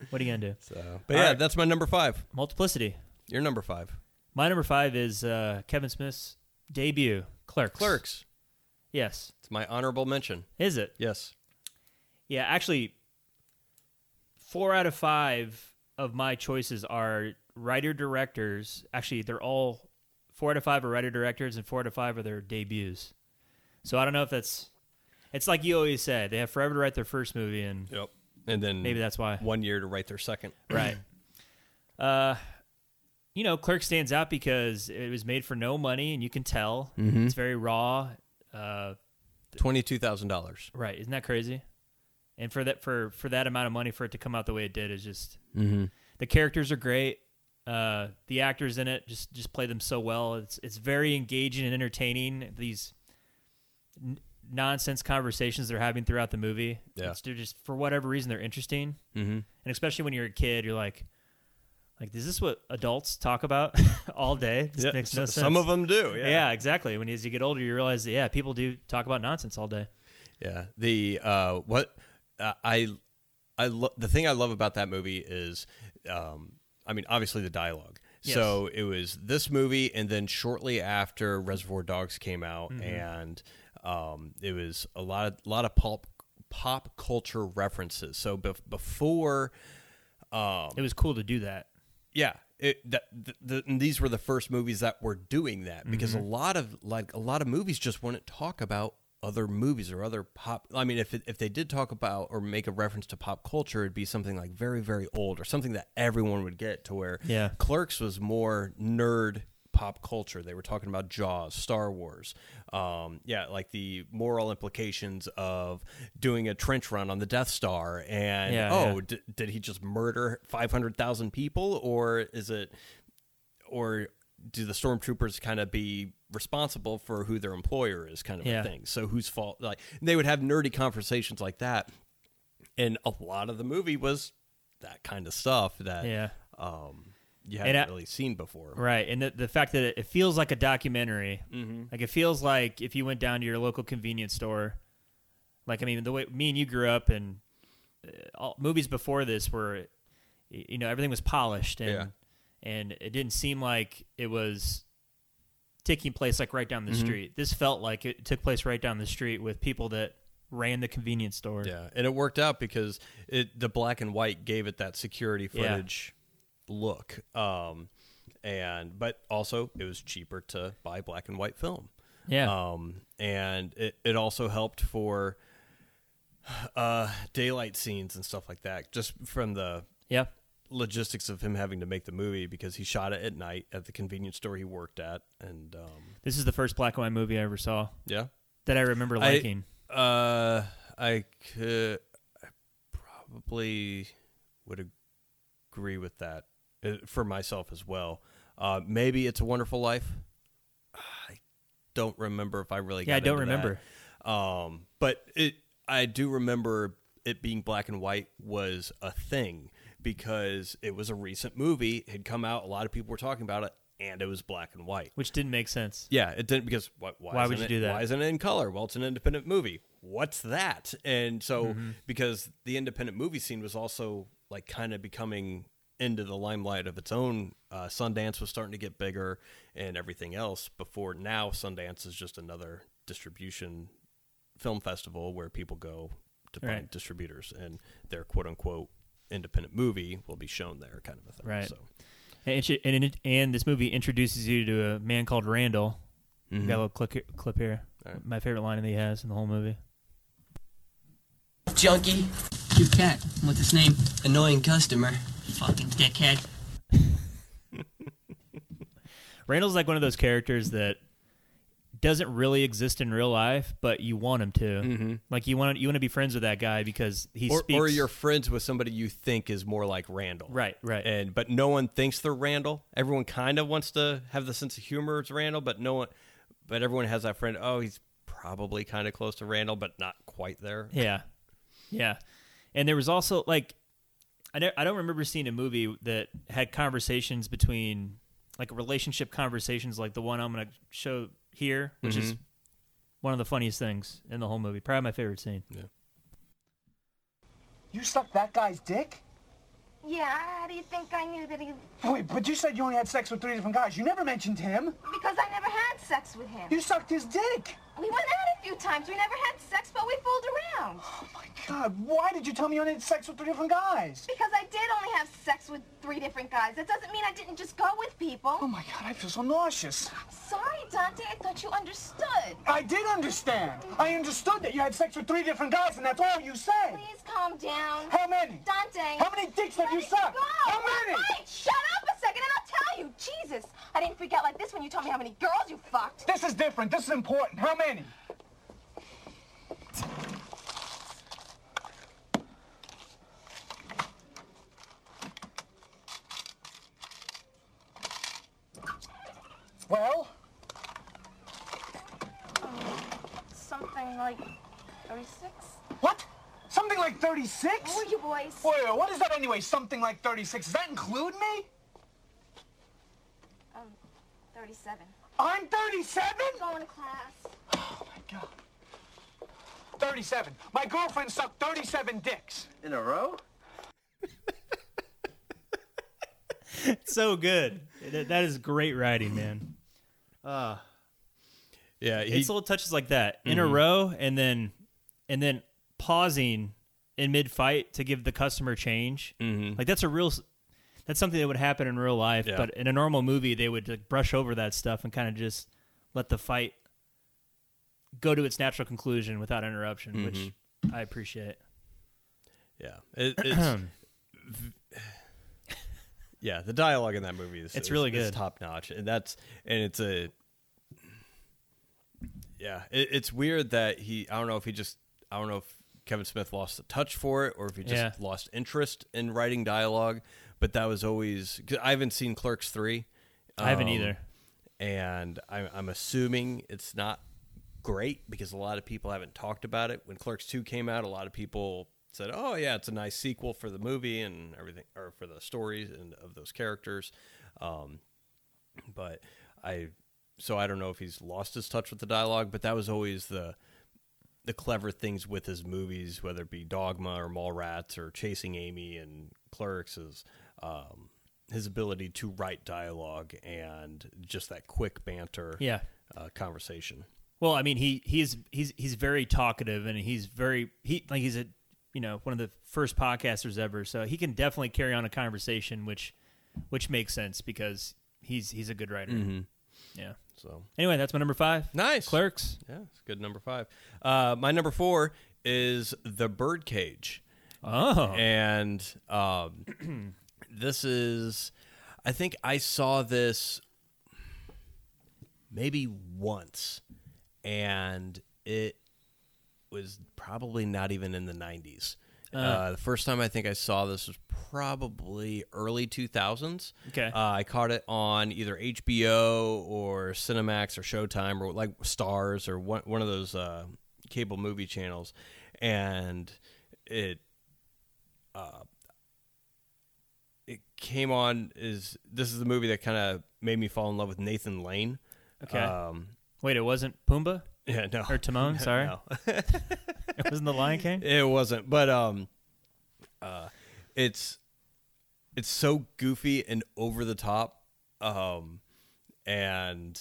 Speaker 1: What are you gonna do?
Speaker 2: so, but yeah,
Speaker 1: right.
Speaker 2: that's my number five.
Speaker 1: Multiplicity.
Speaker 2: Your number five,
Speaker 1: My number five is uh, Kevin Smith's debut, Clerks.
Speaker 2: Clerks.
Speaker 1: Yes.
Speaker 2: It's my honorable mention.
Speaker 1: Is it?
Speaker 2: Yes.
Speaker 1: Yeah, actually, four out of five of my choices are writer directors. Actually, they're all four out of five are writer directors, and four out of five are their debuts. So I don't know if that's. It's like you always said, they have forever to write their first movie, and
Speaker 2: Yep. And then
Speaker 1: maybe that's why.
Speaker 2: one year to write their second.
Speaker 1: Right. Uh, you know, Clerk stands out because it was made for no money, and you can tell
Speaker 2: Mm-hmm.
Speaker 1: it's very raw. Uh,
Speaker 2: Twenty two thousand dollars.
Speaker 1: right? Isn't that crazy? And for that for for that amount of money for it to come out the way it did is just
Speaker 2: Mm-hmm.
Speaker 1: the characters are great. Uh, the actors in it just just play them so well. It's it's very engaging and entertaining. These n- nonsense conversations they're having throughout the movie.
Speaker 2: Yeah.
Speaker 1: It's- they're just for whatever reason they're interesting,
Speaker 2: Mm-hmm.
Speaker 1: and especially when you're a kid, you're like, like is this what adults talk about [laughs] all day? This makes no sense.
Speaker 2: Some of oh, them do.
Speaker 1: yeah. exactly. When as you get older, you realize that yeah, people do talk about nonsense all day.
Speaker 2: Yeah. The uh, what uh, I I lo- the thing I love about that movie is, um, I mean, obviously the dialogue.
Speaker 1: Yes.
Speaker 2: So it was this movie, and then shortly
Speaker 1: Mm-hmm.
Speaker 2: after Reservoir Dogs came out, and um, it was a lot of lot of pulp pop culture references. So bef- before, um,
Speaker 1: It was cool to do that.
Speaker 2: yeah, it, that, the, the, and these were the first movies that were doing that because a lot of like a lot of movies just wouldn't talk about other movies or other pop. I mean, if it, if they did talk about or make a reference to pop culture, it'd be something like very very old or something that everyone would get. To where
Speaker 1: Yeah.
Speaker 2: Clerks was more nerd pop culture. They were talking about Jaws, Star Wars, um, yeah, like the moral implications of doing a trench run on the Death Star, and
Speaker 1: Yeah,
Speaker 2: oh,
Speaker 1: yeah.
Speaker 2: D- did he just murder five hundred thousand people, or is it, or do the stormtroopers kind of be responsible for who their employer is, kind of
Speaker 1: Yeah.
Speaker 2: a thing? So whose fault? Like they would have nerdy conversations like that, and a lot of the movie was that kind of stuff that
Speaker 1: Yeah.
Speaker 2: um, you
Speaker 1: And
Speaker 2: hadn't
Speaker 1: I-
Speaker 2: really seen before.
Speaker 1: Right, and the, the fact that it, it feels like a documentary,
Speaker 2: Mm-hmm.
Speaker 1: like it feels like if you went down to your local convenience store, like I mean, the way me and you grew up, and uh, all, movies before this were, y- you know, everything was polished, and
Speaker 2: Yeah.
Speaker 1: and it didn't seem like it was taking place like right down the
Speaker 2: Mm-hmm.
Speaker 1: street. This felt like it took place right down the street with people that ran the convenience store.
Speaker 2: Yeah, and it worked out because it the black and white gave it that security
Speaker 1: Yeah.
Speaker 2: footage look. Um, and but also it was cheaper to buy black and white film.
Speaker 1: yeah,
Speaker 2: Um, and it, it also helped for uh, daylight scenes and stuff like that, just from the
Speaker 1: yeah.
Speaker 2: logistics of him having to make the movie because he shot it at night at the convenience store he worked at, and um,
Speaker 1: This is the first black and white movie I ever saw
Speaker 2: yeah.
Speaker 1: that I remember
Speaker 2: I-
Speaker 1: liking.
Speaker 2: Uh, I could I probably would agree with that uh, for myself as well. Uh, maybe it's a Wonderful Life. I don't remember if I really.
Speaker 1: yeah,
Speaker 2: got
Speaker 1: I don't
Speaker 2: into that.
Speaker 1: remember.
Speaker 2: Um, but it, I do remember it being black and white was a thing because it was a recent movie. It had come out. A lot of people were talking about it, and it was black and white.
Speaker 1: which didn't make sense.
Speaker 2: Yeah, it didn't because why, why,
Speaker 1: Why would
Speaker 2: isn't
Speaker 1: you
Speaker 2: it-
Speaker 1: do that?
Speaker 2: Why isn't it in color? Well, it's an independent movie. What's that? And so
Speaker 1: Mm-hmm.
Speaker 2: because the independent movie scene was also like kind of becoming into the limelight of its own, uh, Sundance was starting to get bigger and everything else. Before now, Sundance is just another distribution film festival where people go to find
Speaker 1: Right.
Speaker 2: distributors and their quote unquote independent movie will be shown there, kind of a thing.
Speaker 1: Right.
Speaker 2: So.
Speaker 1: And, it, should- and, it, and this movie introduces you to a man called Randall. We Got a little clip, clip here.
Speaker 2: Mm-hmm. All right.
Speaker 1: My favorite line that he has in the whole movie.
Speaker 3: Junkie,
Speaker 4: Cute cat. What's his name?
Speaker 3: annoying customer.
Speaker 4: Fucking dickhead.
Speaker 1: Randall's like one of those characters that doesn't really exist in real life, but you want him to. Like you want you want to be friends with that guy because he
Speaker 2: Mm-hmm. or,
Speaker 1: speaks.
Speaker 2: or you're friends with somebody you think is more like Randall.
Speaker 1: Right, right.
Speaker 2: And but no one thinks they're Randall. Everyone kind of wants to have the sense of humor as Randall, but no one but everyone has that friend, oh, he's probably kind of close to Randall but not quite there.
Speaker 1: yeah, yeah. And there was also like, I don't, I don't remember seeing a movie that had conversations between like relationship conversations like the one I'm going to show here, which is one of the funniest things in the whole movie. Probably my favorite scene.
Speaker 5: You sucked that guy's dick?
Speaker 6: Yeah, how do you think I knew that he...
Speaker 5: Wait, but you said you only had sex with three different guys. You never mentioned him.
Speaker 6: Because I never had sex with him.
Speaker 5: You sucked his dick.
Speaker 6: We went out a few times. We never had sex, but we fooled around.
Speaker 5: Oh my god, why did you tell me you only had sex with three different guys?
Speaker 6: Because I did only have sex with three different guys. That doesn't mean I didn't just go with
Speaker 5: Oh
Speaker 6: people.
Speaker 5: my god, I feel so nauseous.
Speaker 6: Sorry, Dante. I thought you understood.
Speaker 5: I did understand. I understood that you had sex with three different guys and that's all you said.
Speaker 6: Please calm down.
Speaker 5: How many?
Speaker 6: Dante.
Speaker 5: How many dicks have
Speaker 6: Let
Speaker 5: you
Speaker 6: it
Speaker 5: sucked?
Speaker 6: Go.
Speaker 5: How many?
Speaker 6: Wait, shut up a second and I'll tell you. Jesus, I didn't freak out like this when you told me how many girls you fucked.
Speaker 5: This is different. This is important. How many? Well,
Speaker 6: Something like 36?
Speaker 5: what? Something like 36?
Speaker 6: Who are you boys?
Speaker 5: Wait, wait, what is that anyway? Something like 36. Does that include me?
Speaker 6: 37.
Speaker 5: I'm 37?
Speaker 6: Going to class.
Speaker 5: Oh my god. 37. My girlfriend sucked 37 dicks.
Speaker 7: In a row?
Speaker 1: so good. That- that is great writing, man.
Speaker 2: Yeah, he, Mm-hmm.
Speaker 1: it's little touches like that in a row, and then and then pausing in mid fight to give the customer change. Mm-hmm. Like that's a real, s- that's something that would happen in real life.
Speaker 2: Yeah.
Speaker 1: But in a normal movie, they would like, brush over that stuff and kind of just let the fight go to its natural conclusion without interruption, which
Speaker 2: Mm-hmm.
Speaker 1: I appreciate.
Speaker 2: Yeah, it, it's
Speaker 1: [clears throat]
Speaker 2: yeah. The dialogue in that movie is
Speaker 1: It's
Speaker 2: is-
Speaker 1: really
Speaker 2: is
Speaker 1: good.
Speaker 2: top notch, and that's and it's a yeah. It, it's weird that he. I don't know if he just. I don't know if Kevin Smith lost the touch for it, or if he just
Speaker 1: Yeah.
Speaker 2: lost interest in writing dialogue. But that was always. 'cause I haven't seen Clerks three.
Speaker 1: I haven't
Speaker 2: um,
Speaker 1: either.
Speaker 2: and I'm, I'm assuming it's not great because a lot of people haven't talked about it. When Clerks Two came out, a lot of people said, "Oh yeah, it's a nice sequel for the movie and everything, or for the stories and of those characters." Um, but I, so I don't know if he's lost his touch with the dialogue, but that was always the the clever things with his movies, whether it be Dogma or Mallrats or Chasing Amy and Clerks, is um, his ability to write dialogue and just that quick banter,
Speaker 1: Yeah.
Speaker 2: uh, conversation.
Speaker 1: Well, I mean, he he's he's he's very talkative and he's very he like he's a you know one of the first podcasters ever, so he can definitely carry on a conversation, which which makes sense because he's he's a good writer. Yeah.
Speaker 2: So
Speaker 1: Anyway, that's my number five.
Speaker 2: nice,
Speaker 1: Clerks.
Speaker 2: Yeah, it's good number five. Uh, my number four is The Birdcage.
Speaker 1: Oh,
Speaker 2: and um, [clears throat] this is i think i saw this maybe once and it was probably not even in the 90s uh, the first time i think i saw this was probably early 2000s
Speaker 1: Okay.
Speaker 2: uh, i caught it on either hbo or cinemax or showtime or like stars or one, one of those uh, cable movie channels and it it came on is this is the movie that kind of made me fall in love with Nathan Lane.
Speaker 1: okay.
Speaker 2: Um, [laughs]
Speaker 1: Wait, it wasn't Pumbaa
Speaker 2: yeah, [laughs] no,
Speaker 1: or Timon. Sorry,
Speaker 2: No.
Speaker 1: [laughs] it wasn't the Lion
Speaker 2: [laughs]
Speaker 1: King.
Speaker 2: it wasn't. But um, uh, it's it's so goofy and over the top, um, and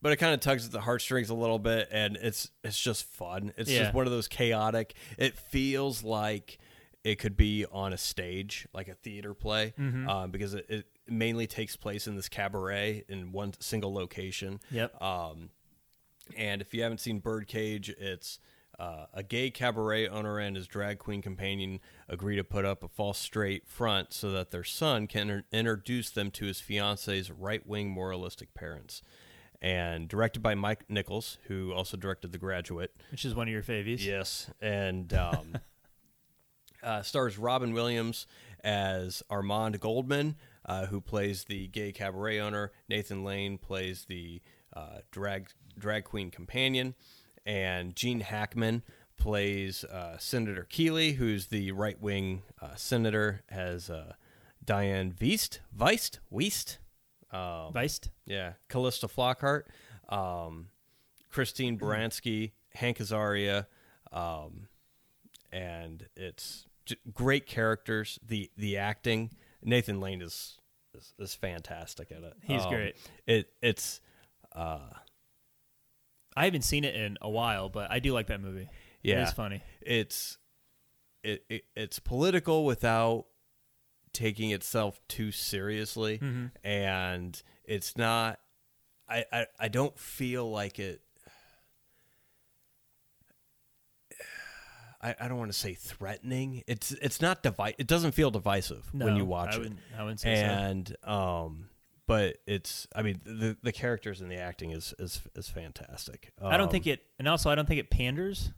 Speaker 2: but it kind of tugs at the heartstrings a little bit, and it's it's just fun. It's
Speaker 1: Yeah.
Speaker 2: just one of those chaotic. It feels like it could be on a stage, like a theater play, uh, because it, it mainly takes place in this cabaret in one single location.
Speaker 1: Yep.
Speaker 2: Uh, And if you haven't seen Birdcage, it's uh, a gay cabaret owner and his drag queen companion agree to put up a false straight front so that their son can inter- introduce them to his fiance's right wing moralistic parents. And directed by Mike Nichols, who also directed The Graduate.
Speaker 1: which is one of your favies.
Speaker 2: Yes, and um, [laughs] uh, stars Robin Williams as Armand Goldman, uh, who plays the gay cabaret owner. Nathan Lane plays the uh, drag drag queen companion, and Gene Hackman plays uh, Senator Keeley, who's the right wing uh, senator, as uh, Diane Veist, Veist, Weist.
Speaker 1: Viced?
Speaker 2: Yeah, Callista Flockhart, um, Christine
Speaker 1: Mm-hmm.
Speaker 2: Baranski, Hank Azaria, um, and it's j- great characters. The the acting, Nathan Lane is is, is fantastic at it.
Speaker 1: He's
Speaker 2: Um,
Speaker 1: great.
Speaker 2: It it's
Speaker 1: I haven't seen it in a while, but I do like that movie.
Speaker 2: yeah,
Speaker 1: it is funny.
Speaker 2: It's it, it it's political without taking itself too seriously,
Speaker 1: Mm-hmm.
Speaker 2: and it's not. I, I I don't feel like it. I, I don't want to say threatening. It's it's not divi- It doesn't feel divisive when
Speaker 1: No,
Speaker 2: you watch
Speaker 1: I
Speaker 2: it.
Speaker 1: wouldn't- I wouldn't say so.
Speaker 2: and um, but it's. I mean, the the characters and the acting is is is fantastic. Uh,
Speaker 1: I don't think it, and also I don't think it panders.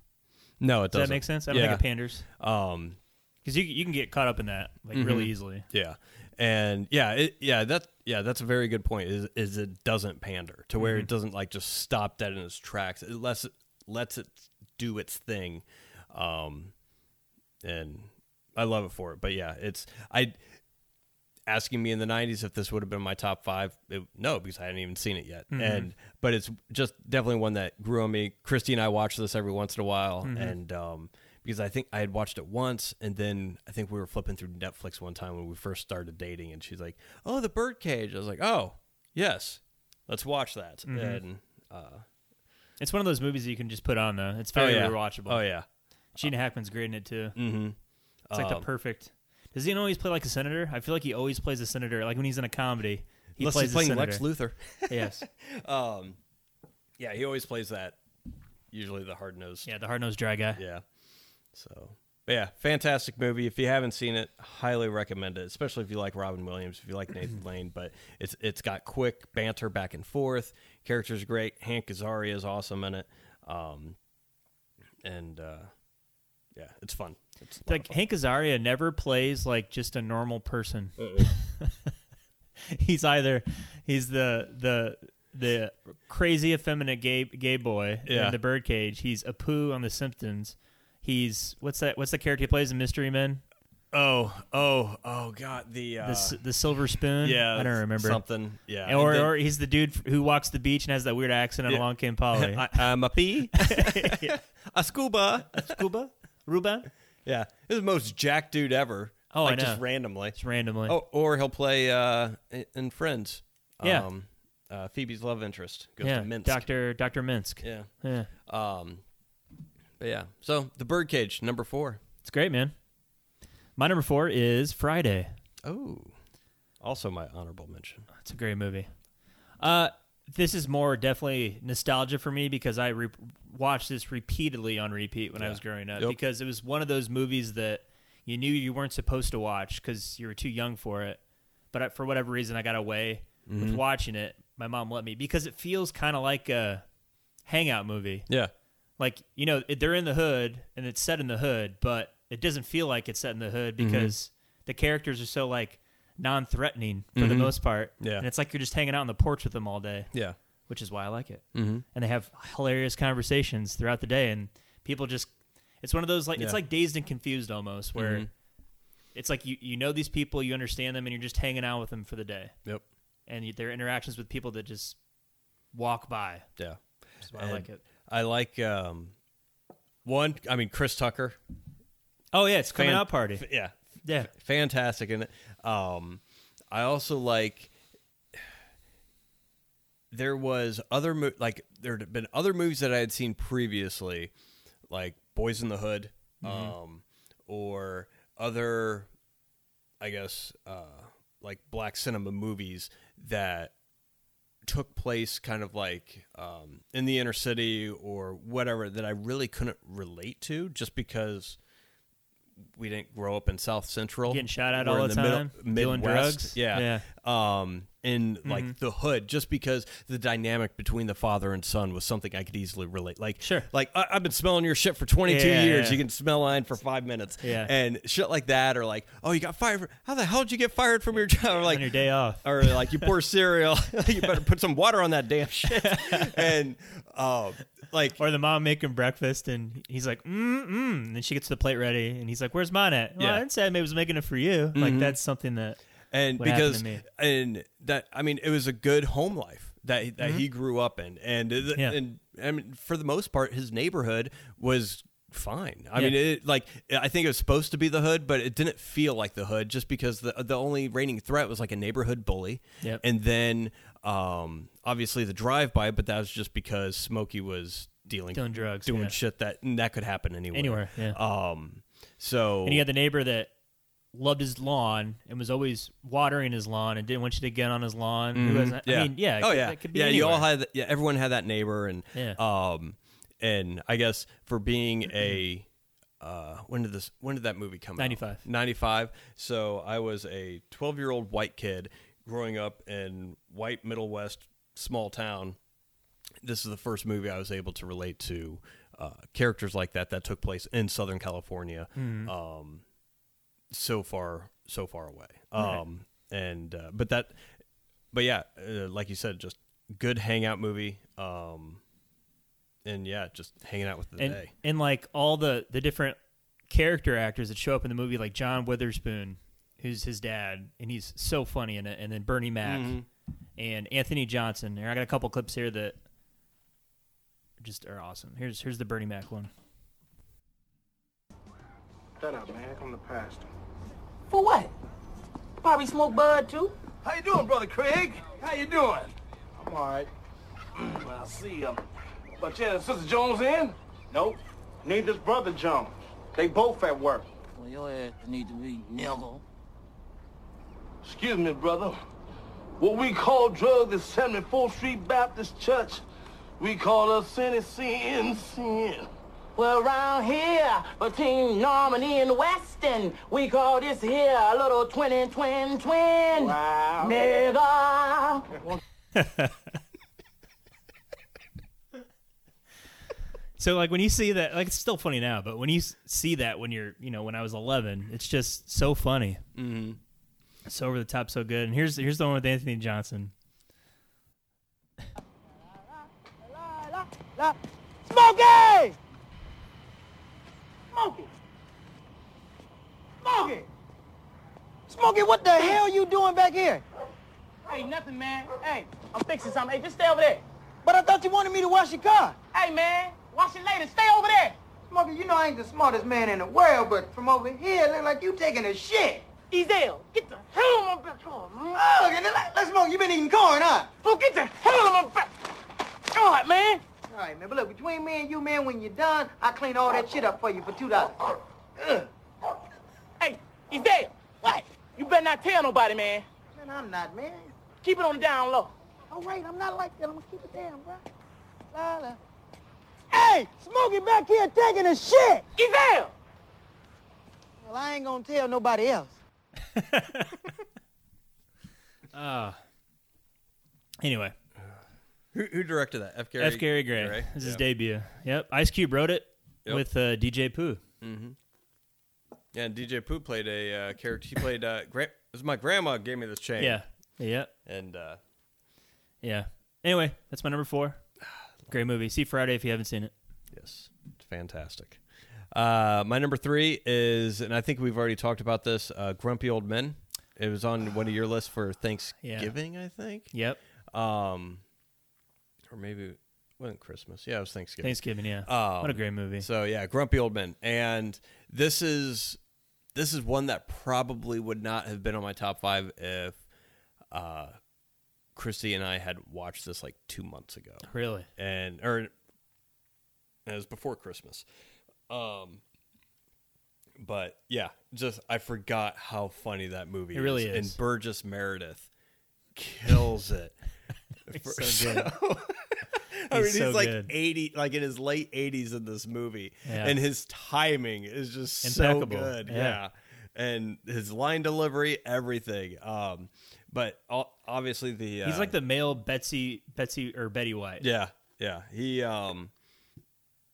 Speaker 2: No, it
Speaker 1: Does
Speaker 2: Um, doesn't.
Speaker 1: that make sense? I don't
Speaker 2: Yeah.
Speaker 1: think it panders
Speaker 2: Um,
Speaker 1: because you you can get caught up in that like
Speaker 2: Mm-hmm.
Speaker 1: really easily.
Speaker 2: yeah, and yeah, it, yeah, that's yeah, that's a very good point. Is is it doesn't pander to where it doesn't like just stop that in its tracks. It lets it lets it do its thing, um, and I love it for it. But yeah, it's I asking me in the 90s if this would have been my top five it- no because i hadn't even seen it yet and but it's just definitely one that grew on me christy and i watch this every once in a while and um because i think i had watched it once and then i think we were flipping through netflix one time when we first started dating and she's like oh the birdcage i was like oh yes let's watch that and
Speaker 1: It's one of those movies that you can just put on though. It's
Speaker 2: oh
Speaker 1: very
Speaker 2: yeah
Speaker 1: rewatchable.
Speaker 2: oh yeah
Speaker 1: Gina Hackman's great in it too.
Speaker 2: Mm-hmm.
Speaker 1: It's like the perfect. Does he always play like a senator? I feel like he always plays a senator. Like when he's in a comedy, he
Speaker 2: Unless
Speaker 1: plays
Speaker 2: he's playing
Speaker 1: a
Speaker 2: Lex
Speaker 1: senator.
Speaker 2: Luthor. [laughs]
Speaker 1: yes.
Speaker 2: um, yeah, he always plays that. Usually the hard nosed.
Speaker 1: Yeah, the hard nosed dry guy.
Speaker 2: Yeah. So, but yeah, fantastic movie. If you haven't seen it, highly recommend it, especially if you like Robin Williams, if you like [clears throat] Nathan Lane. But it's it's got quick banter back and forth. Characters are great. Hank Azaria is awesome in it. Um, and uh, yeah, it's fun. It's a lot
Speaker 1: Like
Speaker 2: of fun.
Speaker 1: Hank Azaria never plays like just a normal person. [laughs] he's either he's the the the crazy effeminate gay gay boy
Speaker 2: Yeah.
Speaker 1: in the birdcage. He's Apu on The Simpsons. He's what's that? What's the character he plays in Mystery Men?
Speaker 2: oh oh oh god the uh,
Speaker 1: The s the silver spoon.
Speaker 2: yeah
Speaker 1: I don't remember
Speaker 2: something yeah
Speaker 1: Or,
Speaker 2: And then-
Speaker 1: or he's the dude who walks the beach and has that weird accent on
Speaker 2: Yeah.
Speaker 1: Along Came Polly.
Speaker 2: [laughs] I, I'm a pea a scuba
Speaker 1: Cuba? Ruben?
Speaker 2: yeah he's the most jack dude ever
Speaker 1: Oh, I
Speaker 2: like just
Speaker 1: know.
Speaker 2: randomly
Speaker 1: Just randomly.
Speaker 2: Oh, or he'll play uh, in- in Friends.
Speaker 1: Yeah.
Speaker 2: Um, uh, Phoebe's love interest goes
Speaker 1: yeah.
Speaker 2: to Minsk.
Speaker 1: Dr. Dr. Minsk.
Speaker 2: Yeah.
Speaker 1: Yeah.
Speaker 2: Um, but yeah. So the Birdcage, number four.
Speaker 1: It's great, man. My number four is Friday.
Speaker 2: Oh. Also my honorable mention.
Speaker 1: It's a great movie. Uh, this is more definitely nostalgia for me because I re- watched this repeatedly on repeat when I was growing up
Speaker 2: Yep.
Speaker 1: because it was one of those movies that you knew you weren't supposed to watch because you were too young for it. But I, for whatever reason, I got away with watching it. My mom let me because it feels kind of like a hangout movie.
Speaker 2: Yeah.
Speaker 1: like you know it- they're in the hood and it's set in the hood but it doesn't feel like it's set in the hood because the characters are so like non-threatening for the most part
Speaker 2: Yeah.
Speaker 1: and it's like you're just hanging out on the porch with them all day
Speaker 2: Yeah.
Speaker 1: which is why i like it mm-hmm. and they have hilarious conversations throughout the day and people just it's one of those like
Speaker 2: Yeah.
Speaker 1: it's like dazed and confused almost where it's like you, you know these people you understand them and you're just hanging out with them for the day
Speaker 2: Yep.
Speaker 1: and you, their interactions with people that just walk by
Speaker 2: Yeah.
Speaker 1: is why i like it
Speaker 2: I like um, one. I mean, Chris Tucker.
Speaker 1: oh yeah it's coming
Speaker 2: Fan-
Speaker 1: out party
Speaker 2: f- yeah.
Speaker 1: yeah
Speaker 2: fantastic in it. Um, I also like. There was other mo- like there had been other movies that I had seen previously, like Boys in the Hood,
Speaker 1: Mm-hmm.
Speaker 2: um, or other, I guess, uh, like black cinema movies that took place kind of like um, in the inner city or whatever that I really couldn't relate to just because we didn't grow up in South Central.
Speaker 1: Getting shot at
Speaker 2: We're
Speaker 1: all
Speaker 2: in
Speaker 1: the
Speaker 2: middle-
Speaker 1: time, dealing
Speaker 2: Midwest,
Speaker 1: drugs.
Speaker 2: Yeah. Um, in like
Speaker 1: Mm-hmm.
Speaker 2: the hood, just because the dynamic between the father and son was something I could easily relate. Like,
Speaker 1: Sure.
Speaker 2: Like I- I've been smelling your shit for 22
Speaker 1: Yeah,
Speaker 2: years.
Speaker 1: yeah.
Speaker 2: You can smell mine for five minutes.
Speaker 1: Yeah.
Speaker 2: And shit like that, or like, oh, you got fired. How the hell did you get fired from your [laughs] job? Or like,
Speaker 1: on your day off.
Speaker 2: or like you pour cereal, [laughs] you better put some water on that damn
Speaker 1: [laughs]
Speaker 2: shit. and um, like,
Speaker 1: Or the mom making breakfast and he's like, mm mm. And then she gets the plate ready and he's like, Where's mine at? Well,
Speaker 2: Yeah. Mm-hmm.
Speaker 1: I didn't say I made- was making it for you. Like, that's something that.
Speaker 2: and
Speaker 1: what happened
Speaker 2: because
Speaker 1: to me.
Speaker 2: and that I mean, it was a good home life that that he grew up in, and uh, the-
Speaker 1: Mm-hmm. Yeah.
Speaker 2: and I mean, for the most part, his neighborhood was fine. I
Speaker 1: Yeah.
Speaker 2: mean, it like I think it was supposed to be the hood, but it didn't feel like the hood just because the the only reigning threat was like a neighborhood bully,
Speaker 1: Yep.
Speaker 2: and then um obviously the drive by, but that was just because Smokey was. Dealing,
Speaker 1: Doing drugs,
Speaker 2: doing
Speaker 1: yeah.
Speaker 2: shit that and that could happen anywhere.
Speaker 1: Anywhere, yeah.
Speaker 2: Um. So
Speaker 1: And you had the neighbor that loved his lawn and was always watering his lawn and didn't want you to get on his lawn. Who wasn't- I mean, yeah. it
Speaker 2: Oh
Speaker 1: could-
Speaker 2: yeah.
Speaker 1: It could be
Speaker 2: yeah. You all
Speaker 1: anywhere.
Speaker 2: had. Yeah. Everyone had that neighbor, and
Speaker 1: Yeah.
Speaker 2: um, and I guess for being a, uh, when did this? When did that movie come out?
Speaker 1: 95.
Speaker 2: Ninety five. So I was a twelve year old white kid growing up in white middle west small town. This is the first movie I was able to relate to uh, characters like that that took place in Southern California.
Speaker 1: Hmm.
Speaker 2: Um, so far so far away um and uh, but that but yeah uh, like you said just good hangout movie um and yeah just hanging out with the
Speaker 1: and,
Speaker 2: day
Speaker 1: and like all the the different character actors that show up in the movie, like John Witherspoon, who's his dad, and he's so funny in it, and then Bernie Mac and Anthony Johnson. Here, I got a couple clips here that just are awesome. Here's here's the Bernie Mac one.
Speaker 5: Shut up, man. Come to pastor.
Speaker 3: For what? Probably smoke bud too.
Speaker 5: How you doing, brother Craig? How you doing? I'm all [clears throat] right. well, I see um, but yeah, Sister Jones in? Nope. Neither's brother Jones.
Speaker 8: They both at work.
Speaker 9: Well, your ass need to be niggle.
Speaker 8: Excuse me, brother. What we call drugs is 74th Street Baptist Church. We call us sin is sin, sin.
Speaker 4: Well, around here, between Normandy and Weston, we call this here a little twin, twin, twin.
Speaker 8: Wow.
Speaker 4: Nigga.
Speaker 1: So like when you see that, like it's still funny now, but when you s- see that when you're, you know, when I was 11, it's just so funny. Mm-hmm. So over the top, so good. And here's here's the one with Anthony Johnson.
Speaker 4: Smokey! Smokey! Smokey! Smokey, what the hell you doing back here? Hey, nothing, man. Hey, I'm fixing something. Hey, just stay over there. But I thought you wanted me to wash your car. Hey, man, wash it later. Stay over there. Smokey, you know I ain't the smartest man in the world, but from over here, it look like you taking a shit. Ezel, get the hell out of my back door, man. Oh, and let's smoke. You been eating corn, huh? Oh, get the hell out of my back. All right, man. All right, man. But look, between me and you, man, when you're done, I clean all that shit up for you for two dollars.
Speaker 9: Hey, he's there. What? You better not tell nobody, man.
Speaker 4: Man, I'm not, man.
Speaker 9: Keep it on the down low.
Speaker 4: All right, I'm not like that. I'm gonna keep it down, bro. La, la. Hey, Smokey back here taking a shit.
Speaker 9: Ezel!
Speaker 4: Well, I ain't gonna tell nobody else.
Speaker 1: Anyway,
Speaker 2: Who, who directed that? F. Gary.
Speaker 1: F. Gary Gray. This is his
Speaker 2: Yeah.
Speaker 1: debut. Yep. Ice Cube wrote it
Speaker 2: Yep.
Speaker 1: with uh, DJ Pooh.
Speaker 2: Yeah, and DJ Pooh played a uh, character. He played. Uh, gra- it was my grandma gave me this chain.
Speaker 1: Yeah. Yep.
Speaker 2: and uh,
Speaker 1: Yeah. Anyway, that's my number four. Great movie. See Friday if you haven't seen it.
Speaker 2: yes, it's fantastic. Uh, my number three is, and I think we've already talked about this. Uh, Grumpy Old Men. It was on one of your lists
Speaker 1: [sighs]
Speaker 2: for Thanksgiving, I think,
Speaker 1: Yep.
Speaker 2: um, or maybe it wasn't Christmas. Yeah, it was Thanksgiving.
Speaker 1: Thanksgiving. Yeah. what a great movie.
Speaker 2: Oh, So yeah, grumpy old men, and this is this is one that probably would not have been on my top five if uh, Christy and I had watched this like two months ago,
Speaker 1: really.
Speaker 2: and or it was before Christmas. Um, but yeah, just I forgot how funny that movie.
Speaker 1: It really is.
Speaker 2: and Burgess Meredith kills it. For- [laughs]
Speaker 1: So good.
Speaker 2: I mean,
Speaker 1: He's
Speaker 2: he's
Speaker 1: so
Speaker 2: like
Speaker 1: good.
Speaker 2: 80, like in his late 80s in this movie.
Speaker 1: Yeah.
Speaker 2: And his timing is just
Speaker 1: Impeccable.
Speaker 2: so good.
Speaker 1: Yeah.
Speaker 2: Yeah. And his line delivery, everything. Um, but o- obviously the uh,
Speaker 1: He's like the male Betsy Betsy or Betty White.
Speaker 2: yeah, yeah. He um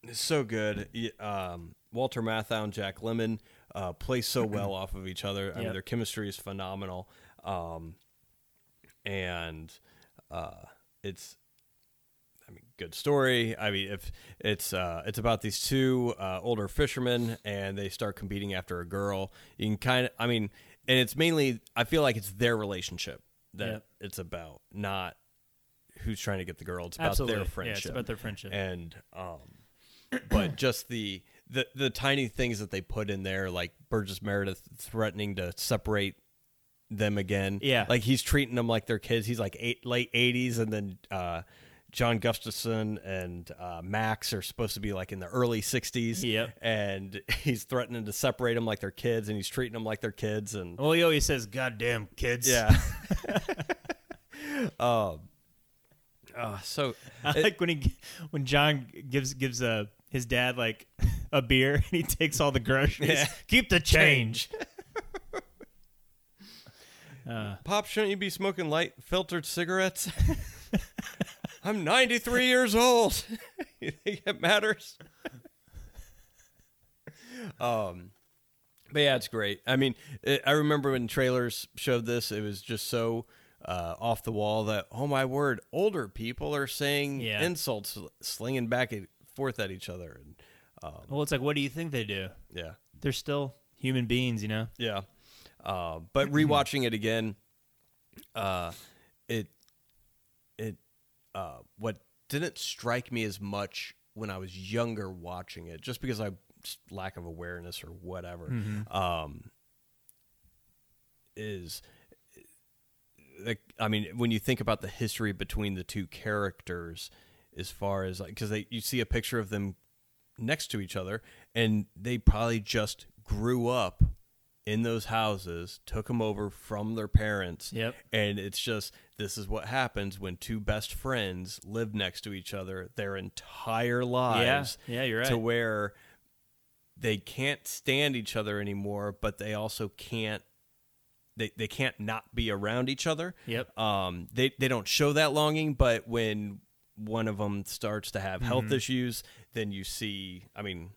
Speaker 2: is so good. He, um Walter Matthau and Jack Lemon uh play so well off of each other. I
Speaker 1: Yeah.
Speaker 2: mean their chemistry is phenomenal. Um and uh it's I mean, good story. I mean, if it's uh, it's about these two uh, older fishermen and they start competing after a girl, you can kind of, I mean, and it's mainly, I feel like it's their relationship that
Speaker 1: Yep.
Speaker 2: it's about, not who's trying to get the girl. It's about
Speaker 1: Absolutely. Yeah,
Speaker 2: their
Speaker 1: it's
Speaker 2: friendship.
Speaker 1: about their friendship.
Speaker 2: And um, [clears throat] but just the the the tiny things that they put in there, like Burgess Meredith threatening to separate them again.
Speaker 1: Yeah.
Speaker 2: like he's treating them like their kids. He's like eight, late eighties, and then uh, John Gustafson and uh, Max are supposed to be like in the early sixties.
Speaker 1: Yep.
Speaker 2: and [laughs] he's threatening to separate them like their kids, and he's treating them like their kids, and
Speaker 1: Well, he always says, "Goddamn kids."
Speaker 2: yeah. [laughs] um, oh, so
Speaker 1: [laughs] I like when he when John gives gives uh, his dad like [laughs] a beer and he takes all the groceries. Keep the change.
Speaker 2: Pop, shouldn't you be smoking light filtered cigarettes? I'm 93 years old. [laughs] you think it matters? um, but yeah, it's great. I mean, it, I remember when trailers showed this, it was just so uh, off the wall that oh my word, older people are saying
Speaker 1: Yeah.
Speaker 2: insults, sl- slinging back and forth at each other, and
Speaker 1: Well, it's like, what do you think they do?
Speaker 2: yeah,
Speaker 1: They're still human beings, you know.
Speaker 2: Yeah. Uh, but rewatching it again, uh, it it uh, what didn't strike me as much when I was younger watching it, just because I just lack of awareness or whatever, um, is like I mean when you think about the history between the two characters, as far as like because they you see a picture of them next to each other and they probably just grew up in those houses, took them over from their parents.
Speaker 1: Yep.
Speaker 2: And it's just this is what happens when two best friends live next to each other their entire lives.
Speaker 1: Yeah, you're
Speaker 2: To
Speaker 1: right.
Speaker 2: where they can't stand each other anymore, but they also can't they, they can't not be around each other.
Speaker 1: Yep.
Speaker 2: Um, they they don't show that longing, but when one of them starts to have
Speaker 1: Mm-hmm.
Speaker 2: health issues, then you see. I mean,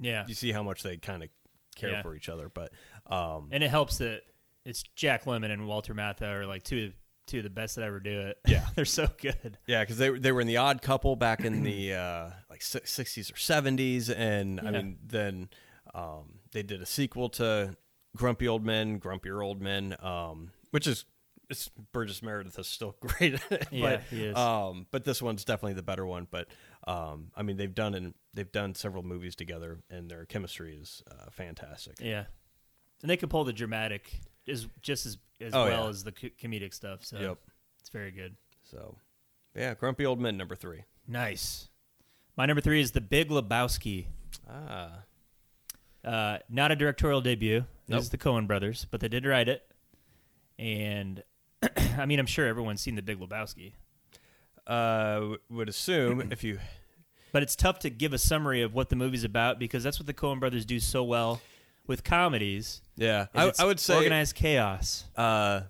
Speaker 1: Yeah.
Speaker 2: you see how much they kind of care
Speaker 1: Yeah.
Speaker 2: for each other. But um,
Speaker 1: And it helps that it's Jack Lemon and Walter Matthau are like two two of the best that ever do it.
Speaker 2: Yeah.
Speaker 1: [laughs] they're so good.
Speaker 2: yeah, because they were- they were in the Odd Couple back in the [clears throat] uh, like sixties or seventies, and I mean then um, they did a sequel to Grumpy Old Men, Grumpier Old Men, um, which is. It's Burgess Meredith is still [laughs] great, at it,
Speaker 1: Yeah,
Speaker 2: but
Speaker 1: he is.
Speaker 2: um, but this one's definitely the better one. But um, I mean, they've done and they've done several movies together, and their chemistry is uh, fantastic.
Speaker 1: Yeah, and they can pull the dramatic is just as as
Speaker 2: Oh,
Speaker 1: well
Speaker 2: yeah.
Speaker 1: as the co- comedic stuff. So
Speaker 2: Yep.
Speaker 1: it's very good.
Speaker 2: So, yeah, Grumpy Old Men number three.
Speaker 1: Nice. My number three is The Big Lebowski.
Speaker 2: Ah,
Speaker 1: Uh, not a directorial debut. This
Speaker 2: Nope.
Speaker 1: is the Coen brothers, but they did write it. And [clears throat] I mean, I'm sure everyone's seen The Big Lebowski,
Speaker 2: uh, w-
Speaker 1: [clears throat]
Speaker 2: would assume if you
Speaker 1: but it's tough to give a summary of what the movie's about because that's what the Coen brothers do so well with comedies.
Speaker 2: Yeah,
Speaker 1: is
Speaker 2: I,
Speaker 1: it's
Speaker 2: I would say
Speaker 1: organized chaos.
Speaker 2: uh,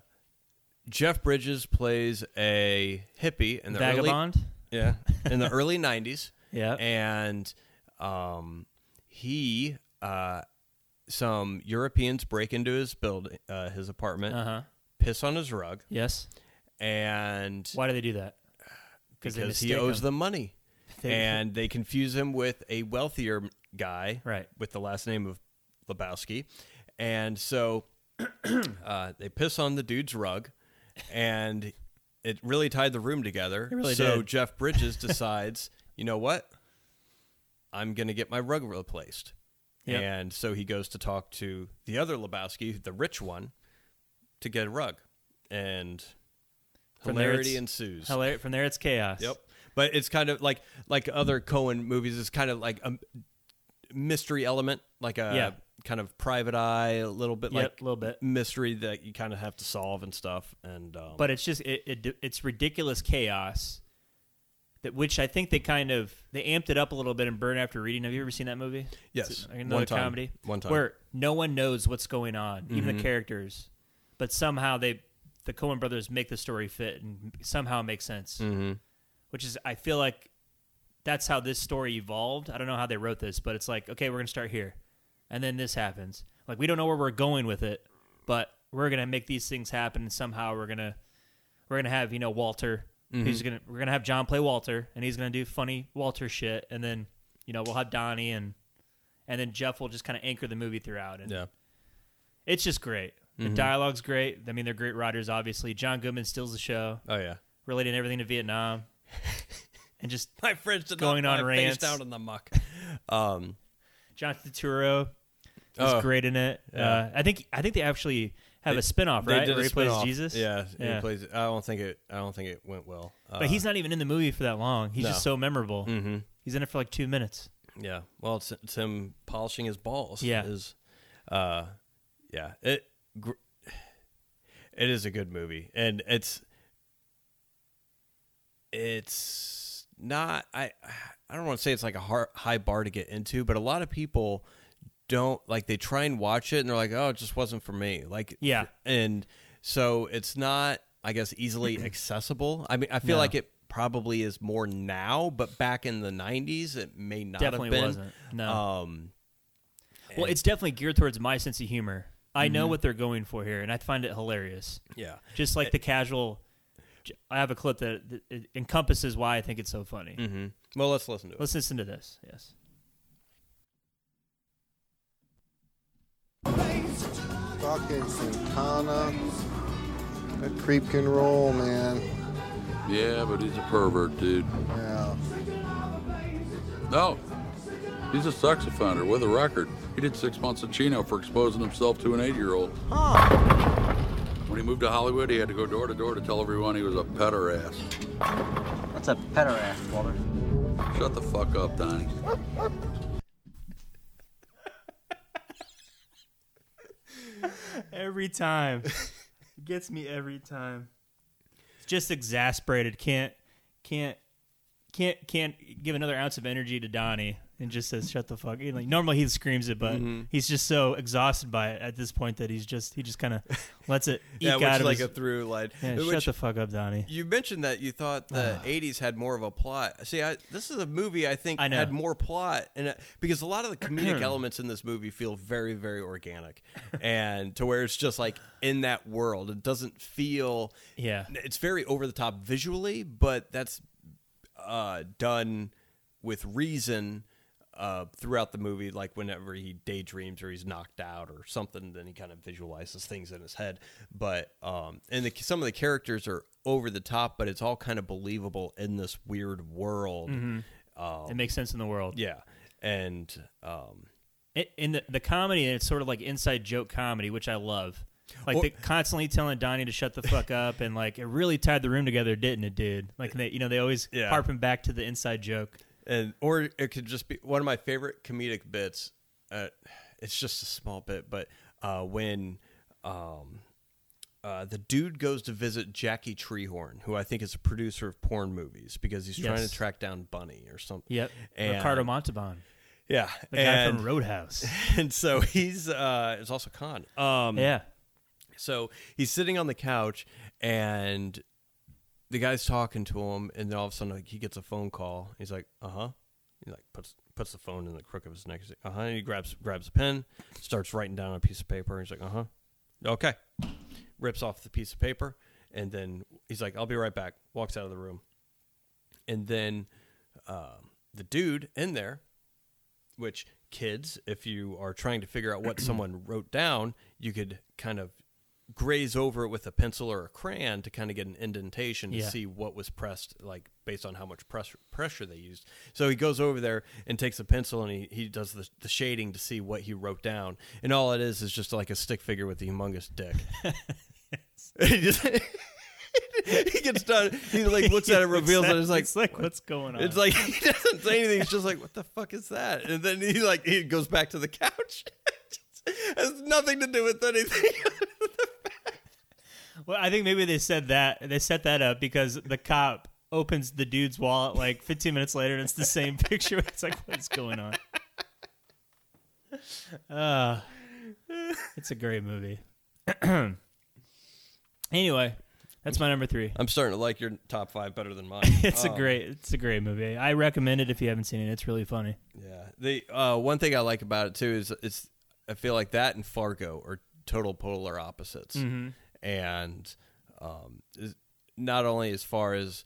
Speaker 2: Jeff Bridges plays a hippie in the
Speaker 1: Vagabond.
Speaker 2: early [laughs] yeah in
Speaker 1: [laughs]
Speaker 2: the early nineties.
Speaker 1: Yeah.
Speaker 2: and um, he uh, some Europeans break into his build uh, his apartment,
Speaker 1: Uh huh.
Speaker 2: piss on his rug,
Speaker 1: Yes.
Speaker 2: and
Speaker 1: Why do they do that? they
Speaker 2: because he
Speaker 1: mistake
Speaker 2: owes
Speaker 1: him.
Speaker 2: them money.
Speaker 1: [laughs] They-
Speaker 2: and they confuse him with a wealthier guy,
Speaker 1: Right.
Speaker 2: with the last name of Lebowski, and so [clears throat] uh, they piss on the dude's rug, and it really tied the room together.
Speaker 1: really
Speaker 2: so
Speaker 1: did. [laughs]
Speaker 2: Jeff Bridges decides, you know what, I'm going to get my rug replaced,
Speaker 1: Yep.
Speaker 2: and so he goes to talk to the other Lebowski, the rich one, to get a rug, and
Speaker 1: From there
Speaker 2: hilarity
Speaker 1: it's-
Speaker 2: ensues.
Speaker 1: Hilar- from there, it's chaos.
Speaker 2: Yep. But it's kind of like like other Cohen movies. It's kind of like a mystery element, like a
Speaker 1: Yeah.
Speaker 2: kind of private eye, a little bit
Speaker 1: Yep,
Speaker 2: like
Speaker 1: little bit.
Speaker 2: mystery that you kind of have to solve and stuff. And um,
Speaker 1: but it's just it, it it's ridiculous chaos that which I think they kind of they amped it up a little bit in Burn After Reading. Have you ever seen that movie?
Speaker 2: Yes.
Speaker 1: It's
Speaker 2: One
Speaker 1: another
Speaker 2: time.
Speaker 1: comedy.
Speaker 2: One time. Mm-hmm.
Speaker 1: where no one knows what's going on, even the characters, but somehow they the Coen Brothers make the story fit and somehow make sense.
Speaker 2: Mm-hmm.
Speaker 1: Which is I feel like that's how this story evolved. I don't know how they wrote this, but it's like okay, we're gonna start here, and then this happens. Like we don't know where we're going with it, but we're gonna make these things happen, and somehow we're gonna we're gonna have you know Walter who's gonna we're gonna have John play Walter and he's gonna do funny Walter shit and then you know we'll have Donnie and and then Jeff will just kind of anchor the movie throughout and
Speaker 2: yeah,
Speaker 1: it's just great the dialogue's great I mean they're great writers obviously John Goodman steals the show [laughs]
Speaker 2: oh yeah,
Speaker 1: relating everything to Vietnam and just
Speaker 2: my friends did
Speaker 1: Going
Speaker 2: not
Speaker 1: on
Speaker 2: on
Speaker 1: rants.
Speaker 2: face down in the muck. Um,
Speaker 1: John Turturro is
Speaker 2: Oh.
Speaker 1: great in it uh, I think I think they actually have a spinoff
Speaker 2: they
Speaker 1: right
Speaker 2: did
Speaker 1: where
Speaker 2: a
Speaker 1: he plays
Speaker 2: spin-off.
Speaker 1: Jesus
Speaker 2: Yeah, he plays. I don't think it. I don't think it went well. Uh,
Speaker 1: but he's not even in the movie for that long he's
Speaker 2: No.
Speaker 1: just so memorable mm-hmm. he's in it for like two minutes
Speaker 2: Yeah. Well, it's, it's him polishing his balls.
Speaker 1: Yeah.
Speaker 2: Is, uh, yeah. It. Gr- it is a good movie, and it's. It's not. I. I don't want to say it's like a har high bar to get into, but a lot of people don't like. They try and watch it, and they're like, "Oh, it just wasn't for me." Like.
Speaker 1: Yeah.
Speaker 2: And so it's not. I guess
Speaker 1: [clears throat]
Speaker 2: easily accessible. I mean, I feel
Speaker 1: No.
Speaker 2: like it probably is more now, but back in the '90s, it may not
Speaker 1: definitely
Speaker 2: have been.
Speaker 1: wasn't no.
Speaker 2: Um,
Speaker 1: Well, it's definitely geared towards my sense of humor. I
Speaker 2: Mm-hmm.
Speaker 1: know what they're going for here, and I find it hilarious.
Speaker 2: yeah,
Speaker 1: Just like the casual. j- I have a clip that, that it encompasses why I think it's so funny.
Speaker 2: hmm Well, let's listen to it.
Speaker 1: Mm-hmm. Let's listen to this. Yes.
Speaker 10: Fucking Santana. That creep can roll, man.
Speaker 5: Yeah, but he's a pervert, dude.
Speaker 10: Yeah.
Speaker 5: No. He's a sex offender with a record. He did six months in Chino for exposing himself to an eight year old. When he moved to Hollywood, he had to go door to door to tell everyone he was a pederast.
Speaker 11: What's a pederast, Walter?
Speaker 5: Shut Shut the fuck up, Donnie.
Speaker 11: Every time. Gets me every time.
Speaker 1: just exasperated. Can't can't can't can't give another ounce of energy to Donnie and just says shut the fuck. Like normally he screams it, but
Speaker 2: Mm-hmm.
Speaker 1: he's just so exhausted by it at this point that he's just he just kind of lets it eke
Speaker 2: [laughs] Yeah, which
Speaker 1: out
Speaker 2: is
Speaker 1: of
Speaker 2: like
Speaker 1: his,
Speaker 2: a through line.
Speaker 1: yeah,
Speaker 2: [laughs] Which-
Speaker 1: shut the Ah. fuck up, Donnie.
Speaker 2: you mentioned that you thought the '80s had more of a plot. See, I, this is a movie I think
Speaker 1: I know.
Speaker 2: had more plot, and it- because a lot of
Speaker 1: [clears throat]
Speaker 2: the comedic elements in this movie feel very, very organic, and to where it's just like in that world, it doesn't feel.
Speaker 1: Yeah.
Speaker 2: it's very over the top visually, but that's uh, done with reason uh, throughout the movie. Like whenever he daydreams or he's knocked out or something, then he kind of visualizes things in his head. But um, and the, some of the characters are over the top, but it's all kind of believable in this weird world.
Speaker 1: It makes sense in the world.
Speaker 2: Yeah, and um,
Speaker 1: it, in the, the comedy and it's sort of like inside joke comedy which i love like
Speaker 2: Or-
Speaker 1: they constantly telling donnie to shut the fuck up and like it really tied the room together didn't it dude like they you know they always
Speaker 2: Yeah.
Speaker 1: harping back to the inside joke
Speaker 2: and or it could just be one of my favorite comedic bits. Uh, it's just a small bit, but uh, when um, uh, the dude goes to visit Jackie Treehorn, who I think is a producer of porn movies, because he's trying
Speaker 1: Yes.
Speaker 2: to track down Bunny or something.
Speaker 1: yep
Speaker 2: And-
Speaker 1: ricardo montalban
Speaker 2: Yeah,
Speaker 1: the guy
Speaker 2: and,
Speaker 1: from roadhouse
Speaker 2: [laughs] and so he's uh, it's also con. Um,
Speaker 1: yeah
Speaker 2: so he's sitting on the couch and the guy's talking to him and then all of a sudden like, he gets a phone call. He's like, "Uh huh." He like puts puts the phone in the crook of his neck. He's like, "Uh huh." He grabs grabs a pen, starts writing down on a piece of paper. He's like, "Uh huh." Okay. Rips off the piece of paper and then he's like, "I'll be right back." Walks out of the room. And then um, the dude in there which kids, if you are trying to figure out what someone wrote down, you could kind of graze over it with a pencil or a crayon to kind of get an indentation to
Speaker 1: Yeah.
Speaker 2: see what was pressed, like based on how much press, pressure they used. So he goes over there and takes a pencil and he, he does the, the shading to see what he wrote down. And all it is is just like a stick figure with a humongous dick. [laughs] he, just- he gets done.
Speaker 1: [laughs]
Speaker 2: He like looks at it, reveals it. It's like,
Speaker 1: it's like what's going on
Speaker 2: it's like [laughs] he doesn't say anything. He's just like, "What the fuck is that?" And then he like he goes back to the couch. [laughs] It has nothing to do with anything. [laughs]
Speaker 1: Well, I think maybe they said that they set that up because the cop opens the dude's wallet like 15 minutes later and it's the same [laughs] picture. It's like what's going on? Uh, it's a great movie. [clears throat] anyway, that's my number three.
Speaker 2: I'm starting to like your top five better than mine.
Speaker 1: It's a great, it's a great movie. I recommend it if you haven't seen it. It's really funny.
Speaker 2: yeah. The uh, one thing I like about it too is it's I feel like that and Fargo are total polar opposites,
Speaker 1: Mm-hmm.
Speaker 2: and um, is- not only as far as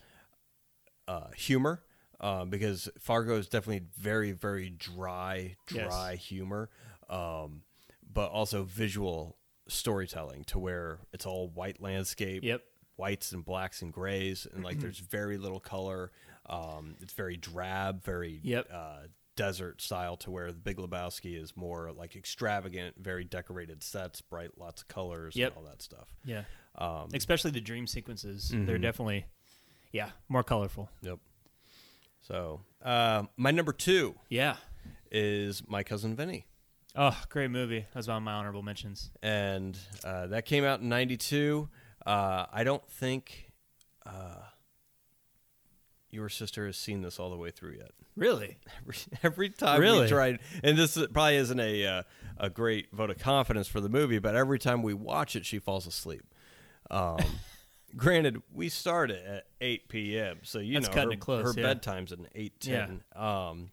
Speaker 2: uh, humor. Uh, because Fargo is definitely very, very dry,
Speaker 1: Yes.
Speaker 2: dry humor. Um, but also visual storytelling to where it's all white landscape.
Speaker 1: Yep. Mm-hmm.
Speaker 2: Whites and blacks and grays, and like there's very little color. Um, it's very drab, very
Speaker 1: Yep.
Speaker 2: uh, desert style to where the Big Lebowski is more like extravagant, very decorated sets, bright, lots of colors,
Speaker 1: Yep.
Speaker 2: and all that stuff.
Speaker 1: Yeah, um, especially the dream sequences. They're definitely, yeah, more colorful.
Speaker 2: Yep. So uh, my number two
Speaker 1: Yeah.
Speaker 2: is my cousin Vinny.
Speaker 1: Oh, great movie. That was one of my honorable mentions.
Speaker 2: and uh, that came out in '92. Uh, I don't think uh, your sister has seen this all the way through yet.
Speaker 1: Really?
Speaker 2: Every, [laughs] every time we
Speaker 1: Really?
Speaker 2: tried, and this is- probably isn't a uh, a great vote of confidence for the movie, but every time we watch it, she falls asleep.
Speaker 1: [laughs]
Speaker 2: Um, granted, we start it at 8 p.m., so you
Speaker 1: That's
Speaker 2: know
Speaker 1: cutting
Speaker 2: her,
Speaker 1: it close,
Speaker 2: her
Speaker 1: yeah.
Speaker 2: bedtime's an 8:10. Um,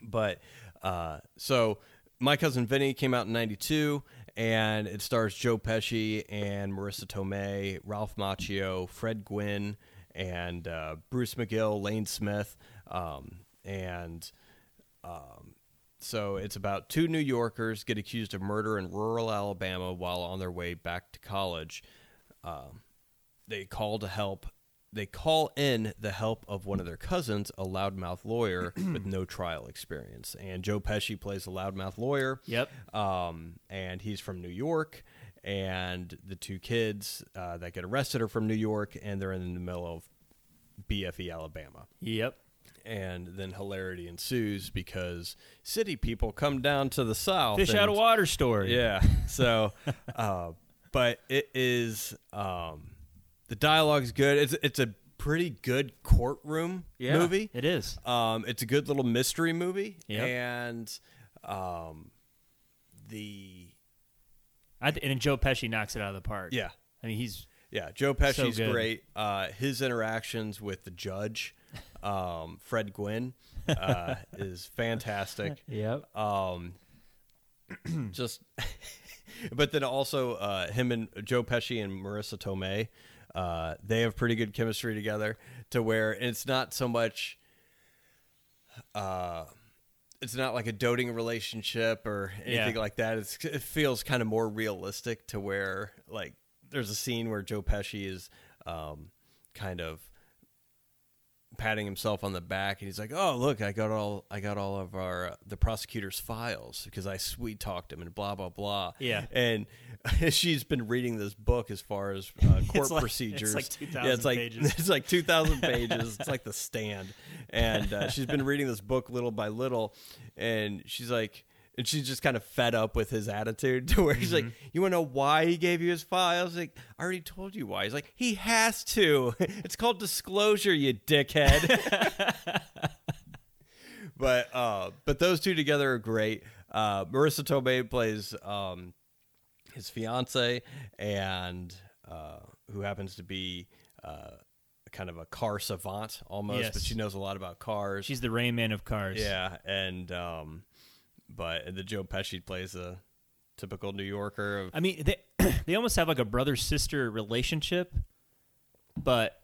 Speaker 2: but uh, so my cousin Vinny came out in '92, and it stars Joe Pesci and Marissa Tomei, Ralph Macchio, Fred Gwynn, and uh, Bruce McGill, Lane Smith, um, and so it's about two New Yorkers get accused of murder in rural Alabama while on their way back to college. Um, they call to help. They call in the help of one of their cousins, a loudmouth lawyer with no trial experience. And Joe Pesci plays a loudmouth lawyer.
Speaker 1: Yep.
Speaker 2: Um, and he's from New York. And the two kids uh, that get arrested are from New York, and they're in the middle of BFE, E Alabama.
Speaker 1: Yep.
Speaker 2: and then hilarity ensues because city people come down to the south.
Speaker 1: Fish out
Speaker 2: and-
Speaker 1: of water story.
Speaker 2: [laughs] Yeah. So, uh, but it is um, the dialogue's good. It's it's a pretty good courtroom
Speaker 1: Yeah,
Speaker 2: movie.
Speaker 1: It is.
Speaker 2: Um, it's a good little mystery movie,
Speaker 1: Yep.
Speaker 2: and um, the
Speaker 1: I th- and Joe Pesci knocks it out of the park.
Speaker 2: yeah,
Speaker 1: I mean he's
Speaker 2: yeah, Joe Pesci's
Speaker 1: good.
Speaker 2: great. Uh, his interactions with the judge, um, Fred Gwynn, uh, is fantastic.
Speaker 1: yep.
Speaker 2: Um, just, [laughs] but then also uh, him and Joe Pesci and Marissa Tomei, uh, they have pretty good chemistry together. To where it's not so much, uh, it's not like a doting relationship or anything
Speaker 1: Yeah.
Speaker 2: like that. It's, it feels kind of more realistic. To where like there's a scene where Joe Pesci is, um, kind of patting himself on the back and he's like, "Oh, look, I got all I got all of our uh, the prosecutor's files because I sweet talked him and blah blah blah."
Speaker 1: Yeah.
Speaker 2: and [laughs] she's been reading this book as far as uh, court
Speaker 1: like-
Speaker 2: procedures.
Speaker 1: it's like 2,000
Speaker 2: it's like
Speaker 1: pages.
Speaker 2: [laughs] it's like
Speaker 1: [laughs]
Speaker 2: two thousand pages. It's like the stand, and uh, she's been reading this book little by little, and she's like. And she's just kind of fed up with his attitude [laughs] to where he's
Speaker 1: Mm-hmm.
Speaker 2: like, You want to know why he gave you his files? Like, I already told you why. He's like, He has to. [laughs] It's called disclosure, you dickhead. but uh, but those two together are great. Uh, Marissa Tomei plays um, his fiance, and uh, who happens to be uh, kind of a car savant almost,
Speaker 1: Yes.
Speaker 2: but she knows a lot about cars.
Speaker 1: She's the Rain Man of cars.
Speaker 2: yeah, and um, but and the Joe Pesci plays a typical New Yorker of
Speaker 1: I mean, they [clears throat] they almost have like a brother sister relationship, but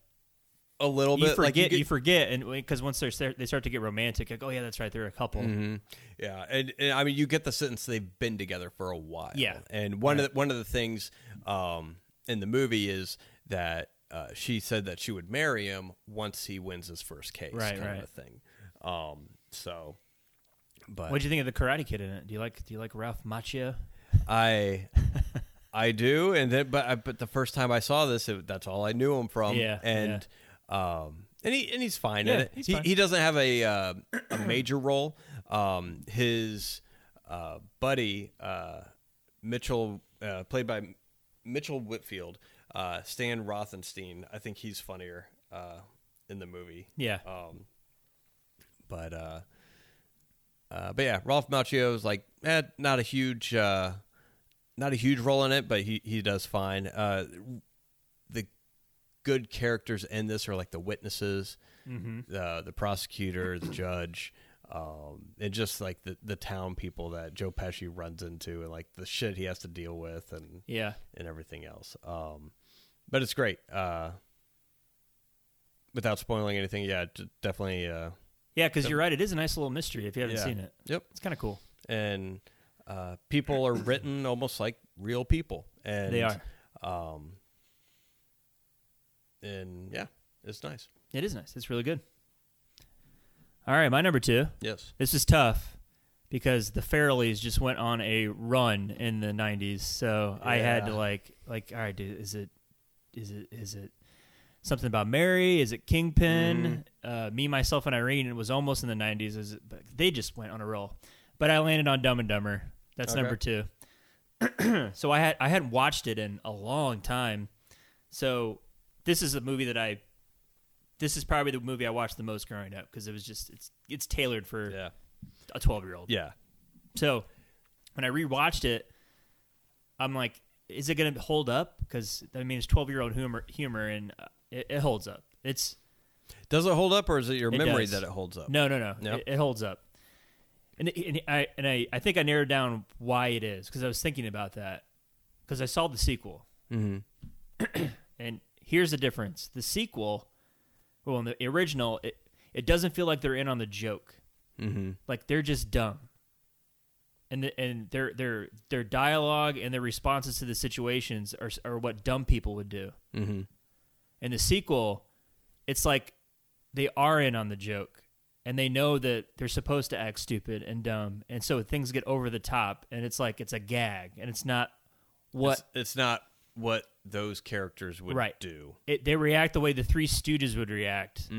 Speaker 2: a little
Speaker 1: you
Speaker 2: bit
Speaker 1: forget
Speaker 2: like
Speaker 1: you,
Speaker 2: get-
Speaker 1: forget, and because once they're start- they start to get romantic, like oh yeah, that's right, they're a couple.
Speaker 2: Mm-hmm. Yeah, and, and I mean, you get the sense they've been together for a while.
Speaker 1: Yeah.
Speaker 2: and one of the, one of the things um, in the movie is that uh, she said that she would marry him once he wins his first case,
Speaker 1: Right,
Speaker 2: kind
Speaker 1: right.
Speaker 2: of a thing. Um, so, but
Speaker 1: What'd you think of the Karate Kid in it? Do you like do you like Ralph Macchio? [laughs]
Speaker 2: I I do, and then but I, but the first time I saw this, it, that's all I knew him from.
Speaker 1: Yeah,
Speaker 2: and um, and he and he's fine in
Speaker 1: Yeah,
Speaker 2: it.
Speaker 1: he's
Speaker 2: he
Speaker 1: fine.
Speaker 2: he doesn't have a uh, a major role. Um, his uh, buddy uh, Mitchell, uh, played by Mitchell Whitfield, uh, Stan Rothenstein. I think he's funnier uh, in the movie
Speaker 1: Yeah,
Speaker 2: Oh. but uh, uh but yeah, Ralph Macchio is like eh, not a huge uh not a huge role in it, but he he does fine. Uh the good characters in this are like the witnesses, the the prosecutor, the judge, um and just like the the town people that Joe Pesci runs into and like the shit he has to deal with and
Speaker 1: yeah.
Speaker 2: and everything else. Um, but it's great. Uh, without spoiling anything, yeah, d- definitely. Uh,
Speaker 1: Yeah, because you're right. It is a nice little mystery if you haven't
Speaker 2: Yeah.
Speaker 1: seen it.
Speaker 2: Yep.
Speaker 1: It's kind of cool.
Speaker 2: and uh, people are written almost like real people, and
Speaker 1: They are.
Speaker 2: Um, and yeah, it's nice.
Speaker 1: It is nice. It's really good. All right, my number two.
Speaker 2: Yes.
Speaker 1: This is tough because the Farrellys just went on a run in the '90s, so I had to
Speaker 2: Yeah.
Speaker 1: like, like, all right, dude, is it, is it, is it something about Mary? Is it Kingpin?
Speaker 2: Mm-hmm.
Speaker 1: Uh, me, myself, and Irene. It was almost in the '90s. Is it, but they just went on a roll. But I landed on Dumb and Dumber. That's
Speaker 2: Okay.
Speaker 1: number two. [clears throat] so I had I hadn't watched it in a long time. So this is a movie that I. This is probably the movie I watched the most growing up because it was just it's it's tailored for
Speaker 2: Yeah.
Speaker 1: a 12 year old.
Speaker 2: Yeah.
Speaker 1: So when I rewatched it, I'm like, is it going to hold up? Because I mean, it's 12 year old humor, humor, and uh, it, it holds up. It's
Speaker 2: Does it hold up, or is it your
Speaker 1: It
Speaker 2: memory
Speaker 1: does.
Speaker 2: that it holds up?
Speaker 1: no, no, no.
Speaker 2: No?
Speaker 1: It, it holds up. And, it- and I and I, I think I narrowed down why it is because I was thinking about that because I saw the sequel. Mm-hmm. [clears throat] and here's the difference: the sequel, well, in the original, it it doesn't feel like they're in on the joke. Mm-hmm. Like they're just dumb. And, the, and their their their dialogue and their responses to the situations are are what dumb people would do. Mm-hmm. And the sequel, it's like they are in on the joke and they know that they're supposed to act stupid and dumb and so things get over the top and it's like it's a gag and it's not what
Speaker 2: It's, it's not what those characters would
Speaker 1: Right.
Speaker 2: do. Mm-hmm.
Speaker 1: it, they react the way the three stooges would react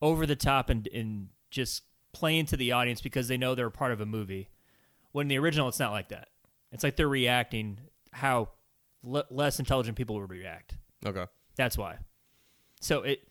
Speaker 1: over the top and and just playing to the audience because they know they're a part of a movie. When in the original, it's not like that. It's like they're reacting how le- less intelligent people would react.
Speaker 2: Okay.
Speaker 1: That's why. So it,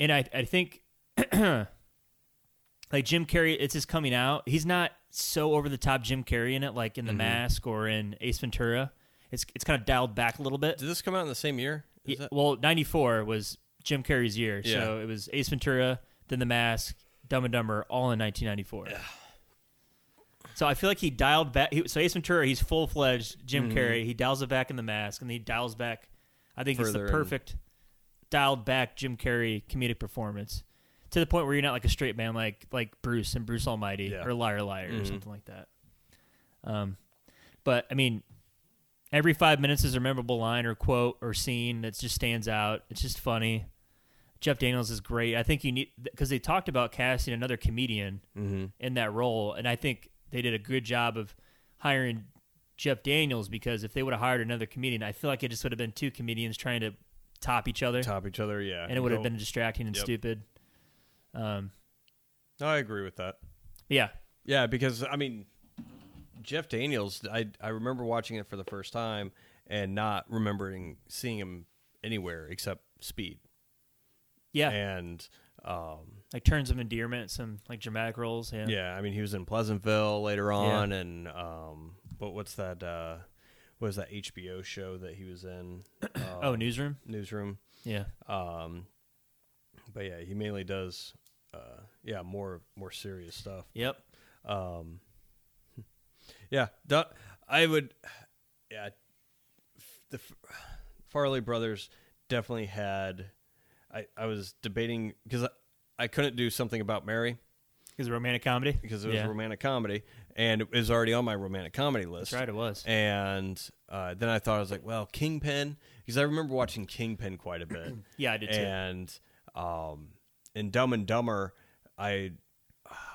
Speaker 1: and I, I think, [clears throat] like Jim Carrey, it's his coming out. He's not so over the top Jim Carrey in it, like in
Speaker 2: Mm-hmm.
Speaker 1: The Mask or in Ace Ventura. It's it's kind of dialed back a little bit.
Speaker 2: Did this come out in the same year? Is
Speaker 1: Yeah,
Speaker 2: that-
Speaker 1: well, ninety four was Jim Carrey's year, so
Speaker 2: Yeah.
Speaker 1: it was Ace Ventura, then The Mask, Dumb and Dumber, all in nineteen ninety four. So I feel like he dialed back. He, so Ace Ventura, he's full fledged Jim
Speaker 2: Mm-hmm.
Speaker 1: Carrey. He dials it back in The Mask, and then he dials back. I think it's
Speaker 2: Further
Speaker 1: the
Speaker 2: in.
Speaker 1: perfect dialed back Jim Carrey comedic performance to the point where you're not like a straight man like like Bruce and Bruce Almighty
Speaker 2: Yeah. Mm-hmm.
Speaker 1: or Liar Liar or something like that. Um, but I mean, every five minutes is a memorable line or quote or scene that just stands out. It's just funny. Jeff Daniels is great. I think you need because they talked about casting another comedian
Speaker 2: Mm-hmm.
Speaker 1: in that role, and I think they did a good job of hiring Jeff Daniels because if they would have hired another comedian, I feel like it just would have been two comedians trying to top each other,
Speaker 2: top each other. Yeah,
Speaker 1: and it would have
Speaker 2: No-
Speaker 1: been distracting and
Speaker 2: Yep.
Speaker 1: stupid. Um,
Speaker 2: I agree with that.
Speaker 1: yeah,
Speaker 2: Yeah, because I mean, Jeff Daniels. I I remember watching it for the first time and not remembering seeing him anywhere except Speed.
Speaker 1: yeah,
Speaker 2: And um,
Speaker 1: like turns of endearment, some like dramatic roles. Yeah,
Speaker 2: yeah, I mean, he was in Pleasantville later on, and um, but what's that? Uh, what was that HBO show that he was in? Uh,
Speaker 1: Oh, newsroom.
Speaker 2: Newsroom.
Speaker 1: Yeah,
Speaker 2: Um, but yeah, he mainly does. Uh, yeah, more more serious stuff.
Speaker 1: yep.
Speaker 2: Um, yeah, du- I would. Yeah, f- the F- Farley brothers definitely had. I I was debating because I, I couldn't do something about Mary
Speaker 1: It's a romantic comedy
Speaker 2: because it was
Speaker 1: yeah.
Speaker 2: a romantic comedy and it was already on my romantic comedy list.
Speaker 1: That's right, it was.
Speaker 2: And uh, then I thought I was like, well, Kingpin, because I remember watching Kingpin quite a bit.
Speaker 1: [clears throat] Yeah, I did too.
Speaker 2: And um, in Dumb and Dumber, I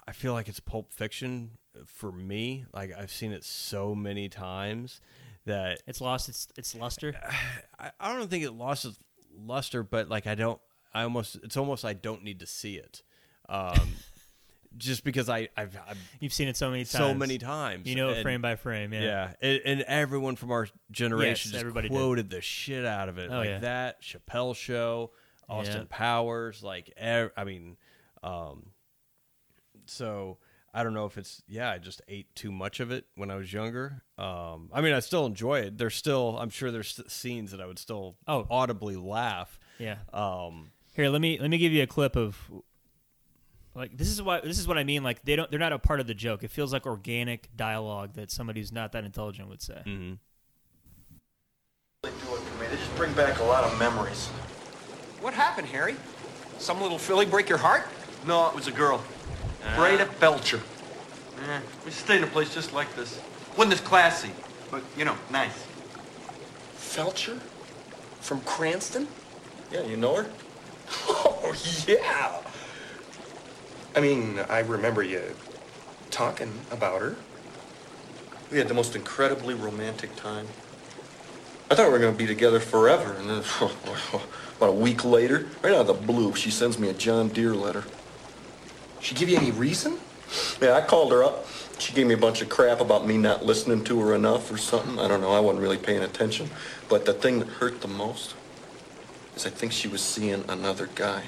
Speaker 2: I feel like it's Pulp Fiction for me. Like I've seen it so many times that
Speaker 1: It's lost its its luster.
Speaker 2: I, I don't think it lost its luster, but like I don't, I almost it's almost I don't need to see it, um, [laughs] just because I I've, I've
Speaker 1: You've seen it so many times.
Speaker 2: so many times.
Speaker 1: You know it
Speaker 2: and-
Speaker 1: frame by frame. Yeah.
Speaker 2: Yeah, and, and everyone from our generation
Speaker 1: Yes,
Speaker 2: just
Speaker 1: everybody did.
Speaker 2: quoted the shit out of it,
Speaker 1: Oh,
Speaker 2: like
Speaker 1: yeah.
Speaker 2: that Chappelle show, Austin
Speaker 1: Yeah.
Speaker 2: Powers, like ev- I mean, um, so I don't know if it's yeah, I just ate too much of it when I was younger. Um, I mean, I still enjoy it. There's still, I'm sure there's st- scenes that I would still
Speaker 1: Oh.
Speaker 2: audibly laugh.
Speaker 1: Yeah.
Speaker 2: Um,
Speaker 1: Here, let me let me give you a clip of like this is why this is what I mean. Like they don't they're not a part of the joke. It feels like organic dialogue that somebody who's not that intelligent would say.
Speaker 2: Mm-hmm.
Speaker 12: really do it for me. They just bring back a lot of memories.
Speaker 3: What happened, Harry? Some little filly break your heart? Uh-huh.
Speaker 12: No, it was a girl. Breda Belcher. Eh, we should stay in a place just like this. One that's classy, but, you know, nice.
Speaker 3: Felcher? From Cranston?
Speaker 12: Yeah, you know her?
Speaker 3: [laughs] Oh, yeah. I mean, I remember you talking about her.
Speaker 12: We had the most incredibly romantic time. I thought we were going to be together forever, and then [laughs] about a week later, right out of the blue, she sends me a John Deere letter.
Speaker 3: She give you any reason?
Speaker 12: Yeah, I called her up. She gave me a bunch of crap about me not listening to her enough or something. I don't know. I wasn't really paying attention. But the thing that hurt the most is I think she was seeing another guy.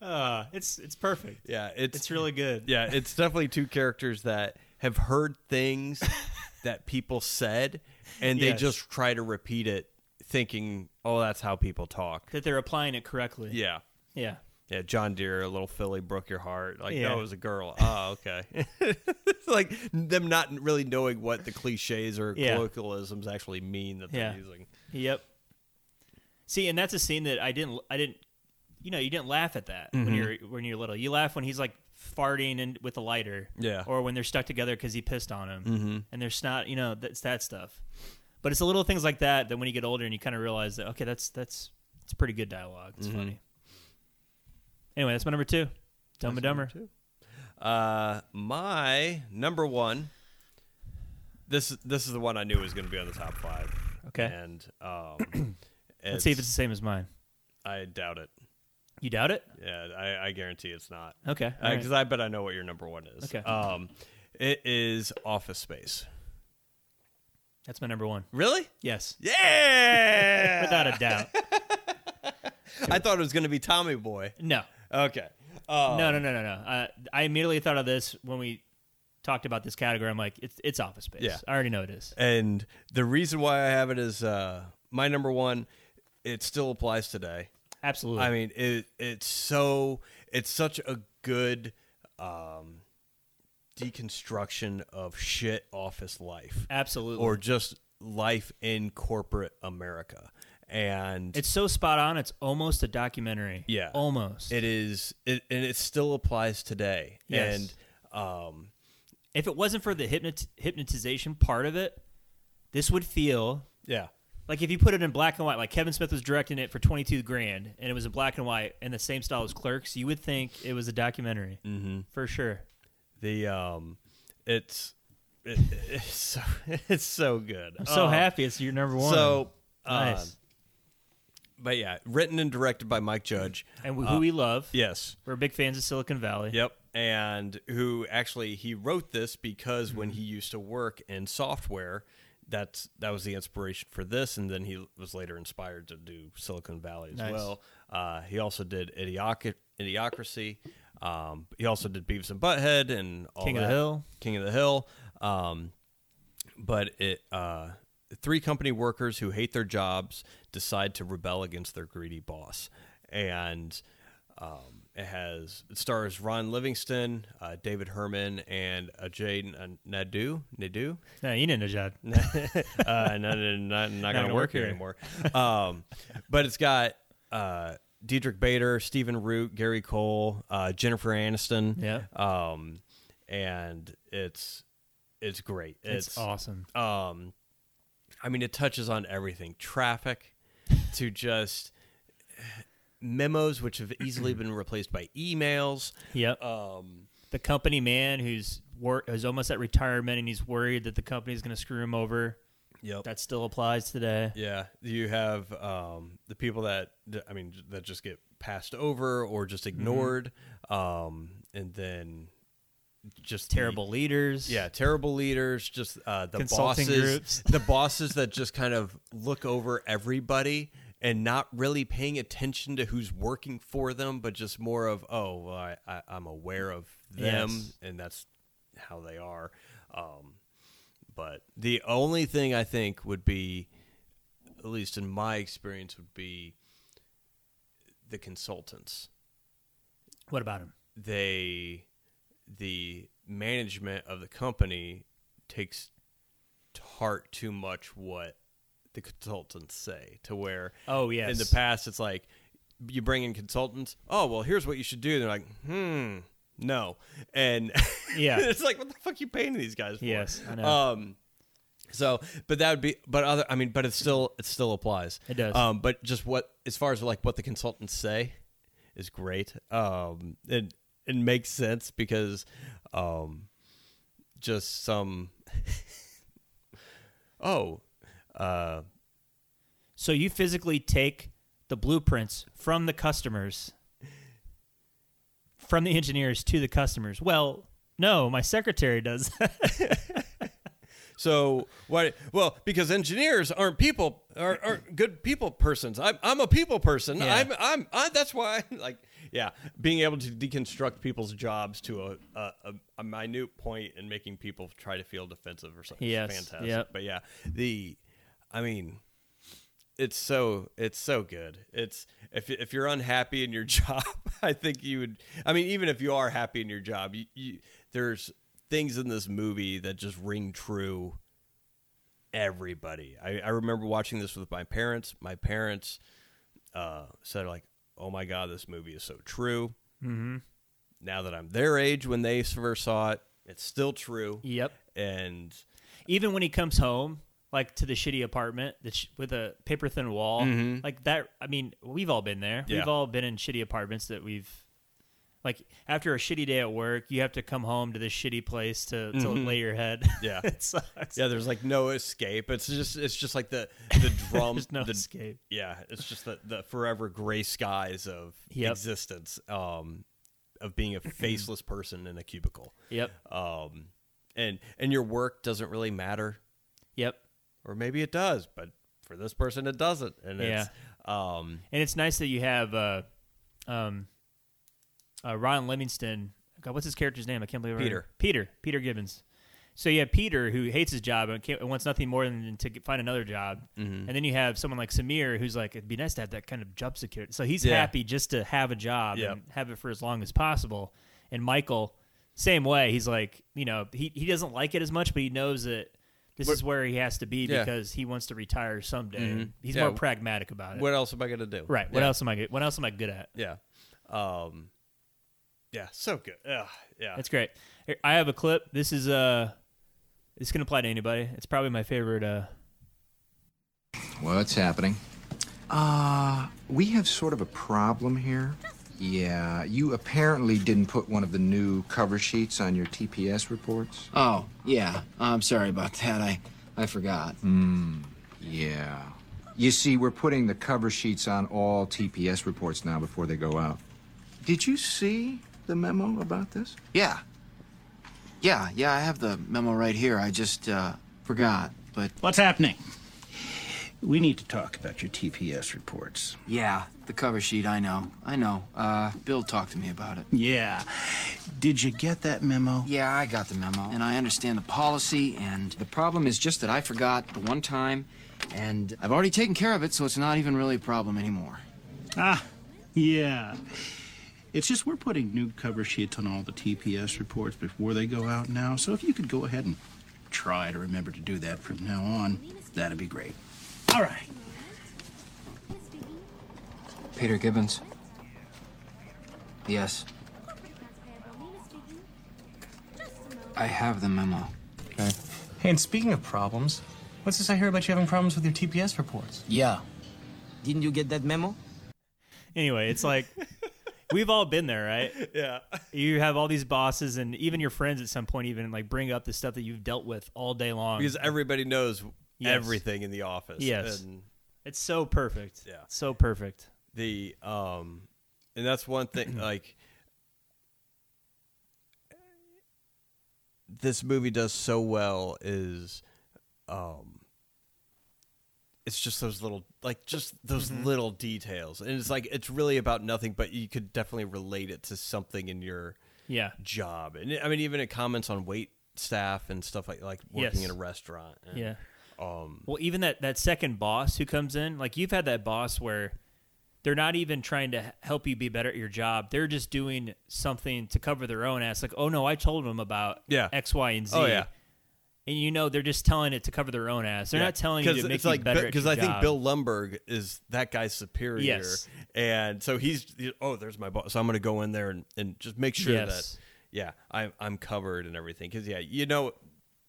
Speaker 1: Uh, it's it's perfect.
Speaker 2: yeah, it's
Speaker 1: It's really good.
Speaker 2: yeah, it's definitely two characters that have heard things [laughs] that people said, and they
Speaker 1: Yes.
Speaker 2: just try to repeat it, thinking, "Oh, that's how people talk."
Speaker 1: That they're applying it correctly.
Speaker 2: Yeah,
Speaker 1: Yeah.
Speaker 2: yeah. John Deere, a little Philly, broke your heart. Like,
Speaker 1: Yeah.
Speaker 2: no, it was a girl. Oh, okay. [laughs] it's like them not really knowing what the cliches or
Speaker 1: Yeah.
Speaker 2: colloquialisms actually mean that they're
Speaker 1: Yeah.
Speaker 2: using.
Speaker 1: Yep. See, and that's a scene that I didn't I didn't you know, you didn't laugh at that
Speaker 2: Mm-hmm.
Speaker 1: when you're when you're little. You laugh when he's like farting and with a lighter.
Speaker 2: Yeah. Mm-hmm.
Speaker 1: Or when they're stuck together cuz he pissed on him. And there's not, you know, that's that stuff. But it's the little things like that that when you get older and you kind of realize that okay, that's that's it's pretty good dialogue.
Speaker 2: Mm-hmm.
Speaker 1: It's funny. Anyway, that's my number 2. Dumb and Dumber.
Speaker 2: Uh, my number one. This this is the one I knew was going to be on the top five.
Speaker 1: Okay.
Speaker 2: And um,
Speaker 1: [clears throat] Let's see if it's the same as mine.
Speaker 2: I doubt it.
Speaker 1: You doubt it?
Speaker 2: Yeah, I, I guarantee it's not.
Speaker 1: Okay, all
Speaker 2: Because I bet I know what your number one is.
Speaker 1: Okay.
Speaker 2: Um, it is Office Space.
Speaker 1: That's my number one.
Speaker 2: Really?
Speaker 1: Yes.
Speaker 2: Yeah.
Speaker 1: Without a doubt.
Speaker 2: [laughs] I thought it was going to be Tommy Boy.
Speaker 1: No.
Speaker 2: Okay.
Speaker 1: no,
Speaker 2: Oh.
Speaker 1: no, no, no, no. Uh, I immediately thought of this when we talked about this category. I'm like, it's it's Office Space.
Speaker 2: Yeah.
Speaker 1: I already know it is.
Speaker 2: And the reason why I have it is uh, my number one. It still applies today.
Speaker 1: Absolutely.
Speaker 2: I mean, it it's so it's such a good um, deconstruction of shit office life,
Speaker 1: Absolutely.
Speaker 2: or just life in corporate America, and
Speaker 1: it's so spot on. It's almost a documentary.
Speaker 2: Yeah.
Speaker 1: Almost.
Speaker 2: it is it and it still applies today.
Speaker 1: Yes.
Speaker 2: And um,
Speaker 1: if it wasn't for the hypnot- hypnotization part of it, this would feel
Speaker 2: yeah,
Speaker 1: like if you put it in black and white, like Kevin Smith was directing it for 22 grand and it was in black and white and the same style as Clerks, you would think it was a documentary. Mm-hmm. For sure.
Speaker 2: the um, it's it, it's so [laughs] it's so good.
Speaker 1: I'm so
Speaker 2: Um,
Speaker 1: happy it's your number one.
Speaker 2: So. Uh,
Speaker 1: Uh, nice.
Speaker 2: But yeah, written and directed by Mike Judge.
Speaker 1: and who
Speaker 2: uh,
Speaker 1: we love.
Speaker 2: Yes.
Speaker 1: We're big fans of Silicon Valley.
Speaker 2: Yep. And who actually he wrote this because when he used to work in software, that's that was the inspiration for this, and then he was later inspired to do Silicon Valley as
Speaker 1: Nice.
Speaker 2: well. Uh, he also did Idioc- Idiocracy. Um, he also did Beavis and Butthead and all
Speaker 1: King of the
Speaker 2: that.
Speaker 1: Hill.
Speaker 2: King of the Hill. Um, but it uh, three company workers who hate their jobs decide to rebel against their greedy boss, and um, it has it stars Ron Livingston, uh, David Herman, and Ajay N- Nadu. Nadu.
Speaker 1: No, you didn't know Judd.
Speaker 2: uh, no, no, no, not, not going to work here anymore. Um, [laughs] but it's got uh, Diedrich Bader, Stephen Root, Gary Cole, uh, Jennifer Aniston.
Speaker 1: Yeah.
Speaker 2: Um, and it's it's great.
Speaker 1: It's, awesome.
Speaker 2: Um, I mean, it touches on everything: traffic, to just eh, memos, which have easily been replaced by emails.
Speaker 1: Yep.
Speaker 2: Um,
Speaker 1: the company man who's wor- who's almost at retirement and he's worried that the company's going to screw him over.
Speaker 2: yep.
Speaker 1: That still applies today.
Speaker 2: Yeah, you have um, the people that I mean that just get passed over or just ignored, um, and then just the-
Speaker 1: Terrible leaders.
Speaker 2: yeah, terrible leaders. Just uh, the
Speaker 1: Consulting
Speaker 2: bosses,
Speaker 1: groups.
Speaker 2: the bosses that just kind of look over everybody and not really paying attention to who's working for them, but just more of oh, well, I, I, I'm aware of them,
Speaker 1: Yes.
Speaker 2: and that's how they are. Um, but the only thing I think would be, at least in my experience, would be the consultants
Speaker 1: What about him?
Speaker 2: they the management of the company takes to heart too much what the consultants say to where
Speaker 1: Oh,
Speaker 2: yeah, in the
Speaker 1: yes.
Speaker 2: past it's like you bring in consultants oh well here's what you should do they're like hmm no and [laughs]
Speaker 1: Yeah.
Speaker 2: it's like what the fuck you paying these guys for
Speaker 1: Yes, I know.
Speaker 2: um so but that would be but other i mean but it still it still applies
Speaker 1: It does.
Speaker 2: um but just what as far as like what the consultants say is great. Um, it it makes sense because, um, just some. [laughs] oh, uh,
Speaker 1: So you physically take the blueprints from the customers, from the engineers to the customers. Well, no, my secretary does. [laughs]
Speaker 2: so what? Well, because engineers aren't people, aren't, aren't good people persons. I'm I'm a people person.
Speaker 1: Yeah.
Speaker 2: I'm I'm I, that's why [laughs] like yeah, being able to deconstruct people's jobs to a a, a, a minute point and making people try to feel defensive or something. is
Speaker 1: Yes,
Speaker 2: fantastic.
Speaker 1: yep.
Speaker 2: But yeah, the I mean. it's so it's so good. It's if if you're unhappy in your [laughs] job, I think you would. I mean, even if you are happy in your job, you, you there's things in this movie that just ring true. Everybody, I, I remember watching this with my parents. My parents uh, said like, "Oh my god, this movie is so true." Mm-hmm. Now that I'm their age, when they first saw it, it's still true.
Speaker 1: yep.
Speaker 2: And
Speaker 1: even when he comes home like to the shitty apartment that sh- with a paper thin wall like that i mean we've all been there
Speaker 2: Mm-hmm. Yeah.
Speaker 1: we've all been in shitty apartments that we've Like after a shitty day at work, you have to come home to this shitty place to, to
Speaker 2: Mhm.
Speaker 1: lay your head.
Speaker 2: Yeah,
Speaker 1: [laughs] it sucks.
Speaker 2: Yeah, there's like no escape. It's just it's just like the the
Speaker 1: [laughs]
Speaker 2: drum.
Speaker 1: There's no
Speaker 2: the,
Speaker 1: escape.
Speaker 2: Yeah, it's just the the forever gray skies of
Speaker 1: Yep.
Speaker 2: existence. Um, of being a
Speaker 1: [clears throat]
Speaker 2: faceless person in a cubicle.
Speaker 1: Yep.
Speaker 2: Um, and and your work doesn't really matter.
Speaker 1: Yep.
Speaker 2: Or maybe it does, but for this person it doesn't. And it's um
Speaker 1: And it's nice that you have uh, um, uh, Ron Livingston. God, what's his character's name? I can't believe I remember. Peter. Peter Gibbons. So you have Peter who hates his job and, can't, and wants nothing more than to get, find another job,
Speaker 2: Mhm.
Speaker 1: and then you have someone like Samir who's like, it'd be nice to have that kind of job security. So he's
Speaker 2: Yeah.
Speaker 1: happy just to have a job
Speaker 2: Yep.
Speaker 1: and have it for as long as possible. And Michael, same way, he's like, you know, he he doesn't like it as much, but he knows that this
Speaker 2: But-
Speaker 1: is where he has to be
Speaker 2: Yeah.
Speaker 1: because he wants to retire someday.
Speaker 2: Mhm.
Speaker 1: He's
Speaker 2: Yeah.
Speaker 1: more pragmatic about it.
Speaker 2: what else am I gonna do?
Speaker 1: Right. What
Speaker 2: Yeah.
Speaker 1: else am I good? What else am I good at?
Speaker 2: Yeah. Um Yeah, so good. Ugh, yeah.
Speaker 1: That's great. Here, I have a clip. This is uh this can apply to anybody. It's probably my favorite uh
Speaker 13: What's happening? Uh, we have sort of a problem here. Yeah, you apparently didn't put one of the new cover sheets on your TPS reports.
Speaker 4: Oh, yeah. I'm sorry about that. I I forgot.
Speaker 13: Hmm, yeah. You see, we're putting the cover sheets on all TPS reports now before they go out. Did you see the memo about this?
Speaker 4: Yeah. Yeah, yeah, I have the memo right here. I just uh forgot. But
Speaker 14: What's happening? We need to talk about your TPS reports.
Speaker 4: yeah, the cover sheet, I know. I know. Uh Bill talked to me about it.
Speaker 14: Yeah. Did you get that memo?
Speaker 4: Yeah, I got the memo. And I understand the policy and the problem is just that I forgot the one time and I've already taken care of it, so it's not even really a problem anymore.
Speaker 14: Ah, yeah. It's just we're putting new cover sheets on all the TPS reports before they go out now, so if you could go ahead and try to remember to do that from now on, that'd be great. All right.
Speaker 4: Peter Gibbons. Yes. I have the memo.
Speaker 15: Hey, and speaking of problems, what's this I hear about you having problems with your TPS reports?
Speaker 4: Yeah. Didn't you get that memo?
Speaker 1: anyway, it's
Speaker 2: [laughs]
Speaker 1: like we've all been there, right?
Speaker 2: Yeah.
Speaker 1: You have all these bosses and even your friends at some point even like bring up the stuff that you've dealt with all day long.
Speaker 2: Because everybody knows
Speaker 1: Yes.
Speaker 2: everything in the office.
Speaker 1: Yes.
Speaker 2: And
Speaker 1: it's so perfect.
Speaker 2: Yeah.
Speaker 1: So perfect.
Speaker 2: the um and that's one thing like this movie does so well is um it's just those little like just those
Speaker 15: Mhm.
Speaker 2: little details and it's like it's really about nothing but you could definitely relate it to something in your
Speaker 1: Yeah.
Speaker 2: job and i mean even it comments on wait staff and stuff like like working
Speaker 1: Yes.
Speaker 2: in a restaurant and,
Speaker 1: Yeah.
Speaker 2: um
Speaker 1: well, even that that second boss who comes in, like you've had that boss where they're not even trying to h- help you be better at your job. They're just doing something to cover their own ass. Like, oh no, I told them about
Speaker 2: Yeah.
Speaker 1: X, Y, and Z.
Speaker 2: Oh, yeah.
Speaker 1: And you know they're just telling it to cover their own ass. They're
Speaker 2: Yeah.
Speaker 1: not telling you to make
Speaker 2: it's
Speaker 1: you
Speaker 2: like
Speaker 1: better
Speaker 2: because
Speaker 1: at your
Speaker 2: I think
Speaker 1: job.
Speaker 2: Bill Lumberg is that guy's superior,
Speaker 1: Yes.
Speaker 2: and so he's oh, there's my boss. So I'm going to go in there and, and just make sure
Speaker 1: Yes.
Speaker 2: that yeah, I'm I'm covered and everything. Because yeah, you know,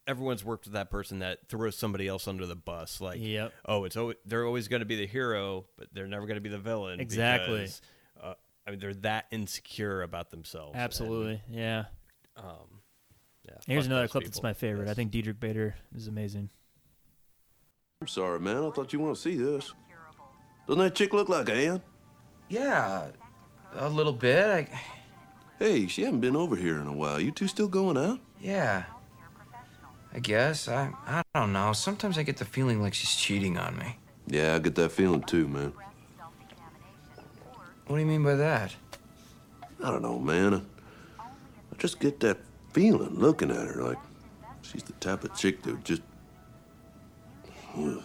Speaker 2: everyone's worked with that person that throws somebody else under the bus. Like
Speaker 1: Yep.
Speaker 2: oh, it's always, they're always going to be the hero, but they're never going to be the villain.
Speaker 1: Exactly.
Speaker 2: because, uh, I mean, they're that insecure about themselves. and,
Speaker 1: Absolutely, yeah.
Speaker 2: um, yeah.
Speaker 1: Here's
Speaker 2: fuck
Speaker 1: another
Speaker 2: those
Speaker 1: clip
Speaker 2: people.
Speaker 1: that's my favorite. I think Diedrich Bader is amazing.
Speaker 8: I'm sorry, man. I thought you want to see this. Doesn't that chick look like Ann? Yeah, a little bit. Hey, she hasn't been over here in a while. You two still going out?
Speaker 4: Yeah. I guess. I I don't know. Sometimes I get the feeling like she's cheating on me.
Speaker 8: Yeah, I get that feeling too, man.
Speaker 4: What do you mean by that?
Speaker 8: I don't know, man. I, I just get that feeling looking at her like she's the type of chick that would just. Ugh.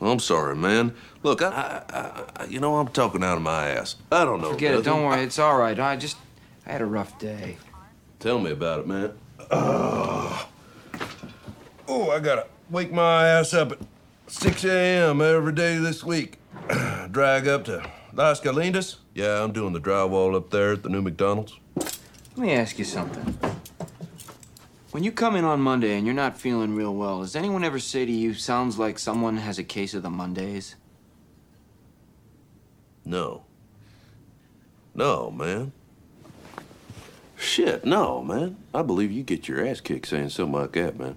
Speaker 8: I'm sorry, man. Look, I, I, I- I, you know, I'm talking out of my ass. I don't know.
Speaker 4: Forget it.
Speaker 8: nothing.
Speaker 4: Don't worry. It's all right. I just I had a rough day.
Speaker 8: Tell me about it, man. Uh, oh, I gotta wake my ass up at 6 a.m. every day this week. [clears throat] Drag up to Las Galindas. Yeah, I'm doing the drywall up there at the new McDonald's.
Speaker 4: Let me ask you something. When you come in on Monday and you're not feeling real well, does anyone ever say to you, sounds like someone has a case of the Mondays?
Speaker 8: No. No, man. Shit, no, man. I believe you get your ass kicked saying something like that, man.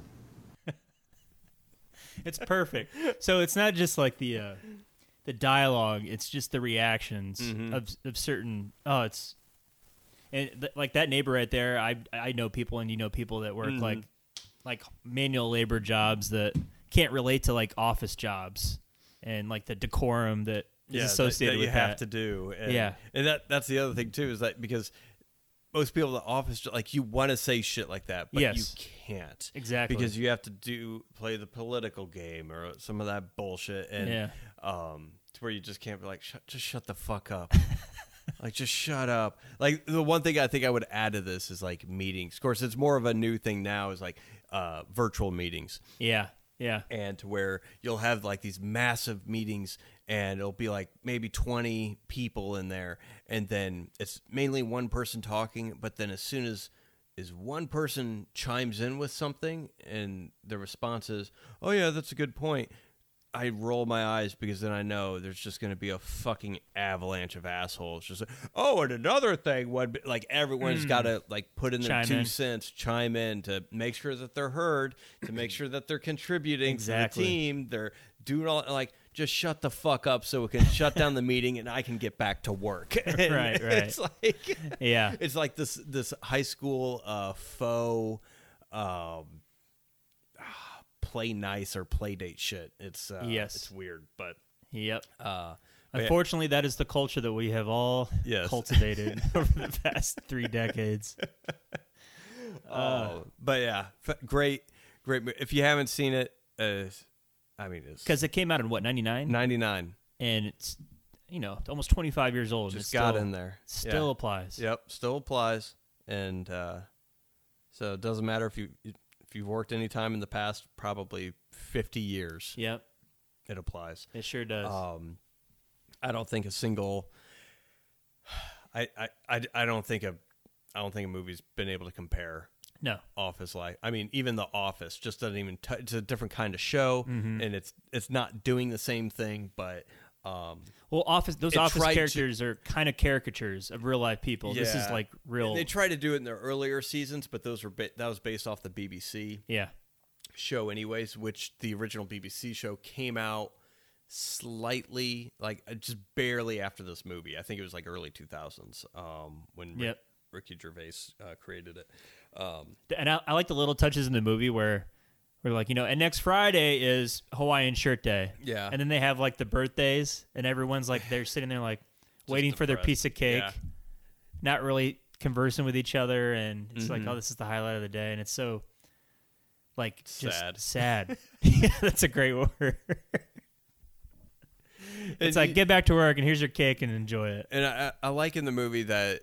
Speaker 1: It's perfect. so it's not just like the uh, the dialogue; it's just the reactions
Speaker 2: Mm-hmm.
Speaker 1: of of certain. Oh, it's and th- like that neighbor right there. I I know people, and you know people that work
Speaker 2: Mhm.
Speaker 1: like like manual labor jobs that can't relate to like office jobs and like the decorum that is
Speaker 2: that-
Speaker 1: associated
Speaker 2: that
Speaker 1: with
Speaker 2: you
Speaker 1: that.
Speaker 2: have to do. And,
Speaker 1: yeah,
Speaker 2: and that that's the other thing too is that because most people in the office like you want to say shit like that, but
Speaker 1: Yes.
Speaker 2: you can't
Speaker 1: Exactly.
Speaker 2: because you have to do play the political game or some of that bullshit, and
Speaker 1: Yeah.
Speaker 2: um, to where you just can't be like, shut, just shut the fuck
Speaker 1: [laughs]
Speaker 2: up. Like just shut up. Like the one thing I think I would add to this is like meetings. Of course, it's more of a new thing now is like uh, virtual meetings.
Speaker 1: Yeah, yeah.
Speaker 2: And to where you'll have like these massive meetings and it'll be like maybe 20 people in there and then it's mainly one person talking, but then as soon as is one person chimes in with something and the response is, "Oh yeah, that's a good point." I roll my eyes because then I know there's just going to be a fucking avalanche of assholes. Just like, oh, and another thing would be, like everyone's
Speaker 1: Mm.
Speaker 2: got to like put in their
Speaker 1: Chime
Speaker 2: two
Speaker 1: in.
Speaker 2: cents, chime in to make sure that they're heard, to make sure that they're contributing
Speaker 1: Exactly.
Speaker 2: to the team. They're doing all like just shut the fuck up so we can shut down the meeting and I can get back to work. [laughs] And
Speaker 1: Right, right.
Speaker 2: It's like
Speaker 1: Yeah.
Speaker 2: it's like this this high school uh, faux. Um, [sighs] play nice or play date shit. It's uh,
Speaker 1: Yes.
Speaker 2: it's weird, but
Speaker 1: Yep.
Speaker 2: Uh, but yeah.
Speaker 1: Unfortunately, that is the culture that we have all
Speaker 2: Yes. [laughs]
Speaker 1: cultivated over the past three decades. Uh.
Speaker 2: oh, but yeah, f- great, great. mo- If you haven't seen it, uh, I mean, it's
Speaker 1: Because it came out in what ninety nine?
Speaker 2: Ninety nine,
Speaker 1: and it's you know almost twenty five years old. and
Speaker 2: just
Speaker 1: it's
Speaker 2: got
Speaker 1: still-
Speaker 2: in there.
Speaker 1: Still
Speaker 2: Yeah.
Speaker 1: applies.
Speaker 2: Yep, still applies, and uh, so it doesn't matter if you if you've worked any time in the past, probably fifty years.
Speaker 1: Yep,
Speaker 2: it applies.
Speaker 1: It sure does.
Speaker 2: Um, I don't think a single. [sighs] I I I, I don't think a. I don't think a movie's been able to compare.
Speaker 1: No.
Speaker 2: Office life. I mean, even The Office just doesn't even. T- it's a different kind of show,
Speaker 1: Mhm.
Speaker 2: and it's it's not doing the same thing. But um,
Speaker 1: Well, office those
Speaker 2: it
Speaker 1: office
Speaker 2: tried to-
Speaker 1: characters are kind of caricatures of real life people. This is
Speaker 2: yeah.
Speaker 1: like real.
Speaker 2: They tried to do it in their earlier seasons, but those were ba- that was based off the BBC.
Speaker 1: Yeah.
Speaker 2: Show, anyways, which the original BBC show came out slightly, like uh, just barely after this movie. I think it was like early two thousands um, when Rick-
Speaker 1: Yep.
Speaker 2: Ricky Gervais uh, created it. Um,
Speaker 1: and I, I like the little touches in the movie where we're like, you know, and next Friday is Hawaiian shirt day.
Speaker 2: Yeah.
Speaker 1: And then they have like the birthdays, and everyone's like, they're sitting there like waiting for their
Speaker 2: depressed.
Speaker 1: piece of cake,
Speaker 2: Yeah.
Speaker 1: not really conversing with each other. And it's like,
Speaker 2: Mhm.
Speaker 1: oh, this is the highlight of the day. And it's so like just [laughs]
Speaker 2: Sad.
Speaker 1: sad. yeah, that's a great word. it's
Speaker 2: And
Speaker 1: like,
Speaker 2: you-
Speaker 1: get back to work, and here's your cake, and enjoy it.
Speaker 2: And I, I I like in the movie that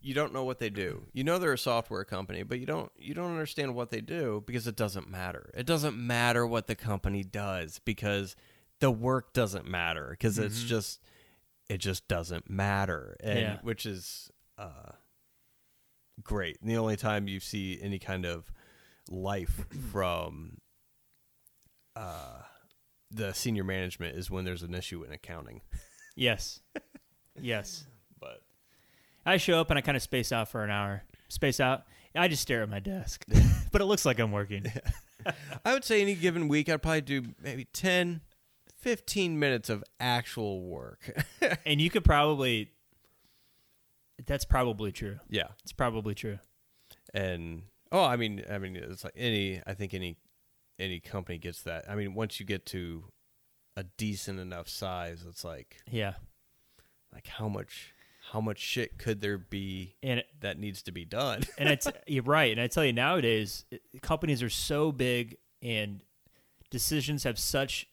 Speaker 2: you don't know what they do. You know they're a software company, but you don't you don't understand what they do because it doesn't matter. It doesn't matter what the company does because the work doesn't matter because it's
Speaker 1: Mhm.
Speaker 2: just it just doesn't matter. And
Speaker 1: Yeah.
Speaker 2: which is uh great. And the only time you see any kind of life from uh the senior management is when there's an issue in accounting. [laughs]
Speaker 1: Yes. yes.
Speaker 2: But
Speaker 1: I show up and I kind of space out for an hour. Space out. I just stare at my desk. [laughs] but it looks like I'm working.
Speaker 2: I would say any given week, I'd probably do maybe 10, 15 minutes of actual work. [laughs]
Speaker 1: and you could probably that's probably true.
Speaker 2: Yeah.
Speaker 1: It's probably true.
Speaker 2: and, oh, I mean, I mean, it's like any, I think any, any company gets that. I mean, once you get to a decent enough size, it's like,
Speaker 1: Yeah.
Speaker 2: like how much, how much shit could there be
Speaker 1: And it-
Speaker 2: that needs to be done?
Speaker 1: And it's you're right. And I tell you nowadays it, companies are so big and decisions have such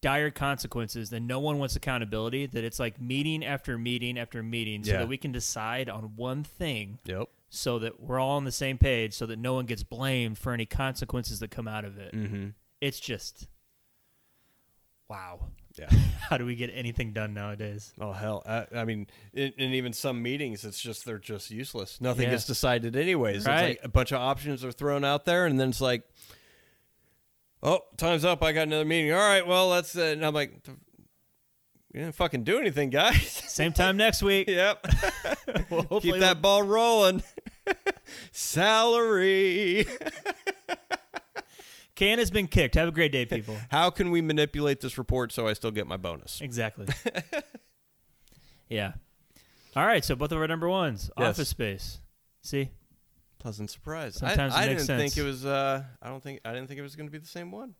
Speaker 1: dire consequences that no one wants accountability that it's like meeting after meeting after meeting so
Speaker 2: Yeah.
Speaker 1: that we can decide on one thing.
Speaker 2: [laughs] Yep.
Speaker 1: So that we're all on the same page so that no one gets blamed for any consequences that come out of it.
Speaker 2: Mhm.
Speaker 1: It's just [laughs] wow.
Speaker 2: Yeah.
Speaker 1: How do we get anything done nowadays?
Speaker 2: Oh hell! I, I mean, in, in even some meetings, it's just they're just useless. Nothing
Speaker 1: Yeah.
Speaker 2: gets decided, anyways.
Speaker 1: Right.
Speaker 2: It's like a bunch of options are thrown out there, and then it's like, oh, time's up. I got another meeting. All right, well, that's it. And I'm like, We didn't fucking do anything, guys. [laughs] Same
Speaker 1: time next week.
Speaker 2: Yep. Keep
Speaker 1: hopefully
Speaker 2: that ball rolling. [laughs] Salary.
Speaker 1: Can has been kicked. Have a great day,
Speaker 2: [laughs]
Speaker 1: people.
Speaker 2: How can we manipulate this report so I still get my bonus?
Speaker 1: Exactly.
Speaker 2: [laughs]
Speaker 1: yeah. All right. So both of our number ones.
Speaker 2: Yes.
Speaker 1: Office Space. See.
Speaker 2: Pleasant surprise.
Speaker 1: Sometimes
Speaker 2: I,
Speaker 1: it
Speaker 2: I
Speaker 1: makes
Speaker 2: didn't
Speaker 1: sense.
Speaker 2: think it was. Uh, I don't think I didn't think it was going to be the same one.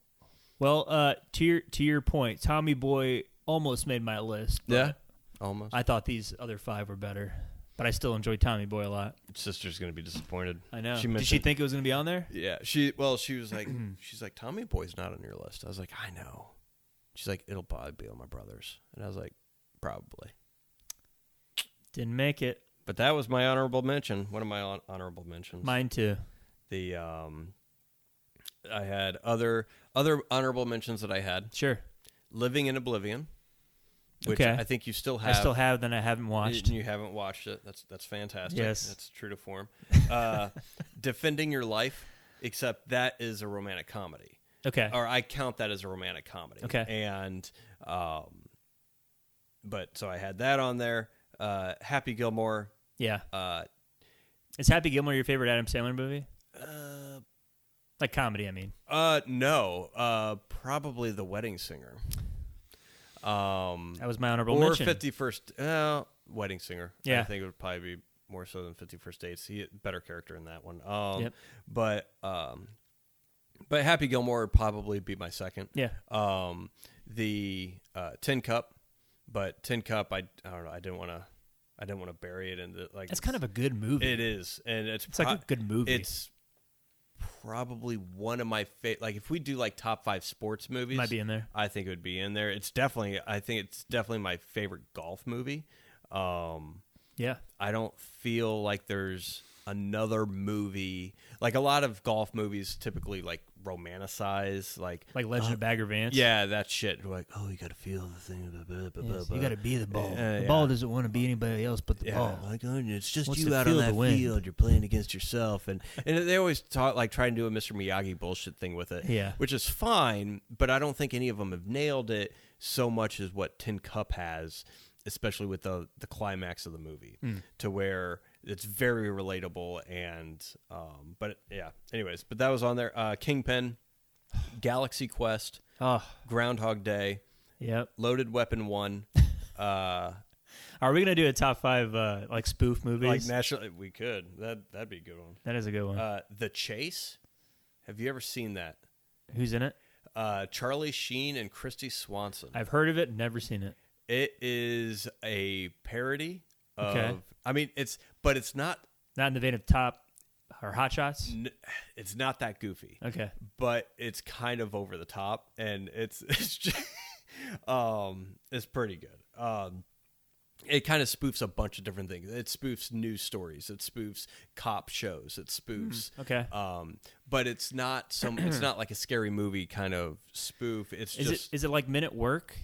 Speaker 1: Well, uh, to your to your point, Tommy Boy almost made my list. but
Speaker 2: Yeah, almost.
Speaker 1: I thought these other five were better, but I still enjoy Tommy Boy a lot.
Speaker 2: Sister's going to be disappointed.
Speaker 1: I know.
Speaker 2: She
Speaker 1: Did
Speaker 2: missed
Speaker 1: she
Speaker 2: it.
Speaker 1: think it was going to be on there?
Speaker 2: Yeah. She well, she was like, she's like, Tommy Boy's not on your list. I was like, I know. She's like, it'll probably be on my brother's, and I was like, probably.
Speaker 1: Didn't make it.
Speaker 2: But that was my honorable mention. One of my hon- honorable mentions.
Speaker 1: Mine too.
Speaker 2: The um, I had other other honorable mentions that I had.
Speaker 1: Sure.
Speaker 2: Living in Oblivion. Which
Speaker 1: Okay.
Speaker 2: I think you still
Speaker 1: I
Speaker 2: have.
Speaker 1: still have, then I haven't
Speaker 2: You-
Speaker 1: watched.
Speaker 2: You, haven't watched it. That's that's fantastic.
Speaker 1: Yes.
Speaker 2: that's true to form. Uh, [laughs] defending your life, except that is a romantic comedy.
Speaker 1: Okay.
Speaker 2: or I count that as a romantic comedy.
Speaker 1: Okay.
Speaker 2: and um, but so I had that on there. Uh, Happy Gilmore.
Speaker 1: Yeah.
Speaker 2: Uh,
Speaker 1: Is Happy Gilmore your favorite Adam Sandler movie?
Speaker 2: Uh,
Speaker 1: like comedy, I mean.
Speaker 2: Uh, no. Uh, probably The Wedding Singer. Um,
Speaker 1: That was my honorable
Speaker 2: or
Speaker 1: mention.
Speaker 2: Fifty First. Uh, Wedding Singer.
Speaker 1: Yeah.
Speaker 2: I think it would probably be more so than Fifty First Dates. He better character in that one. Um,
Speaker 1: Yep.
Speaker 2: but um, but Happy Gilmore would probably be my second.
Speaker 1: Yeah.
Speaker 2: Um, the uh, Tin Cup, but Tin Cup, I I don't know. I didn't want to. I didn't want to bury it in the like.
Speaker 1: That's kind of a good movie.
Speaker 2: It is, and it's
Speaker 1: It's like a good movie.
Speaker 2: It's probably one of my favorite. Like if we do like top five sports movies,
Speaker 1: Might be in there.
Speaker 2: I think it would be in there. It's definitely. I think it's definitely my favorite golf movie. Um,
Speaker 1: Yeah.
Speaker 2: I don't feel like there's another movie like a lot of golf movies typically like romanticize like
Speaker 1: Like Legend of Bagger Vance?
Speaker 2: Uh, Yeah, that shit. Like, oh, you got to feel the thing. Blah, blah, blah, blah,
Speaker 1: you
Speaker 2: blah.
Speaker 1: got to be the ball.
Speaker 2: uh, Yeah,
Speaker 1: the
Speaker 2: yeah.
Speaker 1: ball doesn't want to be anybody else but the
Speaker 2: Yeah,
Speaker 1: ball.
Speaker 2: like, oh, it's just
Speaker 1: Wants
Speaker 2: you
Speaker 1: to
Speaker 2: out on
Speaker 1: feel the
Speaker 2: that
Speaker 1: wind.
Speaker 2: field. You're playing against yourself, and [laughs] and they always talk like try and do a Mr. Miyagi bullshit thing with it.
Speaker 1: Yeah.
Speaker 2: which is fine, but I don't think any of them have nailed it so much as what Tin Cup has, especially with the the climax of the movie,
Speaker 1: Mm.
Speaker 2: to where it's very relatable and um. But yeah, anyways, but that was on there. Uh, Kingpin, Galaxy Quest,
Speaker 1: Oh.
Speaker 2: Groundhog Day,
Speaker 1: Yep.
Speaker 2: Loaded Weapon One. Uh,
Speaker 1: Are we gonna do a top five uh, like spoof
Speaker 2: like
Speaker 1: movies?
Speaker 2: national we could that that'd be a good one
Speaker 1: That is a good one.
Speaker 2: uh the chase have you ever seen that
Speaker 1: Who's in it?
Speaker 2: uh charlie sheen and christy swanson
Speaker 1: I've heard of it, never seen it.
Speaker 2: it is a parody of
Speaker 1: Okay.
Speaker 2: i mean it's but it's not
Speaker 1: Not in the vein of top or hot shots.
Speaker 2: n- it's not that goofy
Speaker 1: Okay.
Speaker 2: but it's kind of over the top and it's [laughs] it's just, um it's pretty good um it kind of spoofs a bunch of different things. It spoofs news stories. It spoofs cop shows. It spoofs
Speaker 1: Hmm, okay.
Speaker 2: Um, but it's not
Speaker 1: [clears throat]
Speaker 2: some. it's not like a scary movie kind of spoof. It's
Speaker 1: Is
Speaker 2: just
Speaker 1: it is it like Minute Work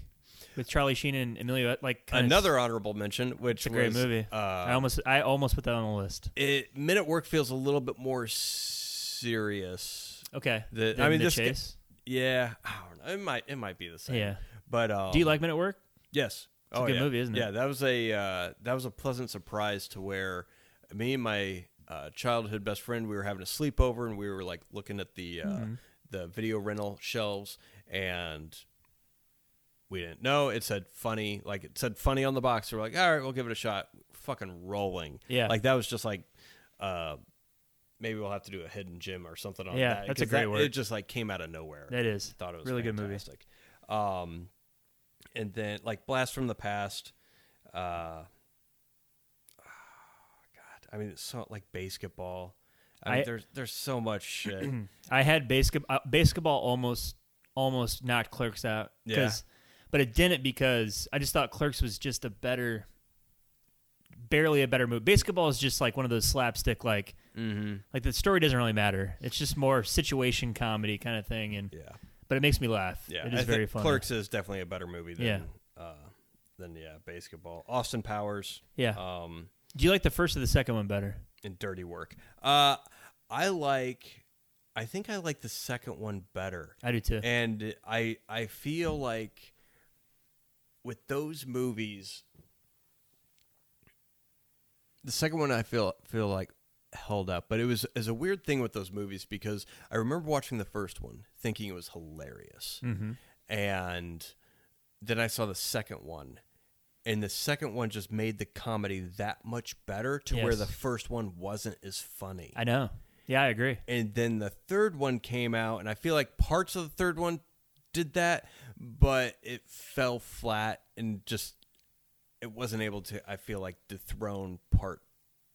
Speaker 1: with Charlie Sheen and Emilio? Like kinda
Speaker 2: another honorable mention, which
Speaker 1: It's a great
Speaker 2: was,
Speaker 1: movie.
Speaker 2: Uh,
Speaker 1: I almost I almost put that on the list.
Speaker 2: it men at work feels a little bit more serious.
Speaker 1: Okay.
Speaker 2: The, I
Speaker 1: Than
Speaker 2: mean,
Speaker 1: The
Speaker 2: this g-
Speaker 1: Chase?
Speaker 2: yeah, I don't know. It might it might be the same.
Speaker 1: Yeah.
Speaker 2: but um,
Speaker 1: Do you like Men at Work?
Speaker 2: Yes, Oh,
Speaker 1: It's a good
Speaker 2: yeah.
Speaker 1: movie, isn't it?
Speaker 2: Yeah, that was a uh, that was a pleasant surprise to where me and my uh, childhood best friend we were having a sleepover and we were like looking at the uh,
Speaker 1: Mhm.
Speaker 2: the video rental shelves and we didn't know it said funny like it said funny on the box so we're like all right we'll give it a shot fucking rolling
Speaker 1: Yeah.
Speaker 2: like that was just like uh maybe we'll have to do a hidden gym or something on
Speaker 1: Yeah,
Speaker 2: that
Speaker 1: that's a
Speaker 2: 'cause
Speaker 1: great
Speaker 2: that-
Speaker 1: word.
Speaker 2: it just like came out of nowhere
Speaker 1: That is.
Speaker 2: thought it was
Speaker 1: Really good movie.
Speaker 2: fantastic. um and then like blast from the past uh god i mean it's so like basketball i, mean
Speaker 1: I-
Speaker 2: there's there's so
Speaker 1: [clears throat]
Speaker 2: much shit
Speaker 1: I had basketball basketball almost almost knocked Clerks out. 'cause- But it didn't because I just thought Clerks was just a better barely a better move. Basketball is just like one of those slapstick like
Speaker 2: Mhm.
Speaker 1: like the story doesn't really matter. It's just more situation comedy kind of thing and
Speaker 2: Yeah.
Speaker 1: But it makes me laugh. It
Speaker 2: yeah I
Speaker 1: is
Speaker 2: think
Speaker 1: very funny.
Speaker 2: clerks is definitely a better movie than
Speaker 1: Yeah.
Speaker 2: uh than yeah basketball austin powers
Speaker 1: Yeah.
Speaker 2: um
Speaker 1: Do you like the first or the second one better?
Speaker 2: and dirty work uh i like i think i like the second one better
Speaker 1: I do too.
Speaker 2: and i i feel like with those movies, the second one I feel feel like held up, but it was is a weird thing with those movies because I remember watching the first one thinking it was hilarious,
Speaker 1: Mhm.
Speaker 2: and then I saw the second one, and the second one just made the comedy that much better to where
Speaker 1: Yes.
Speaker 2: the first one wasn't as funny.
Speaker 1: I know. Yeah, I agree.
Speaker 2: And then the third one came out, and I feel like parts of the third one did that, but it fell flat and just it wasn't able to. I feel like dethrone part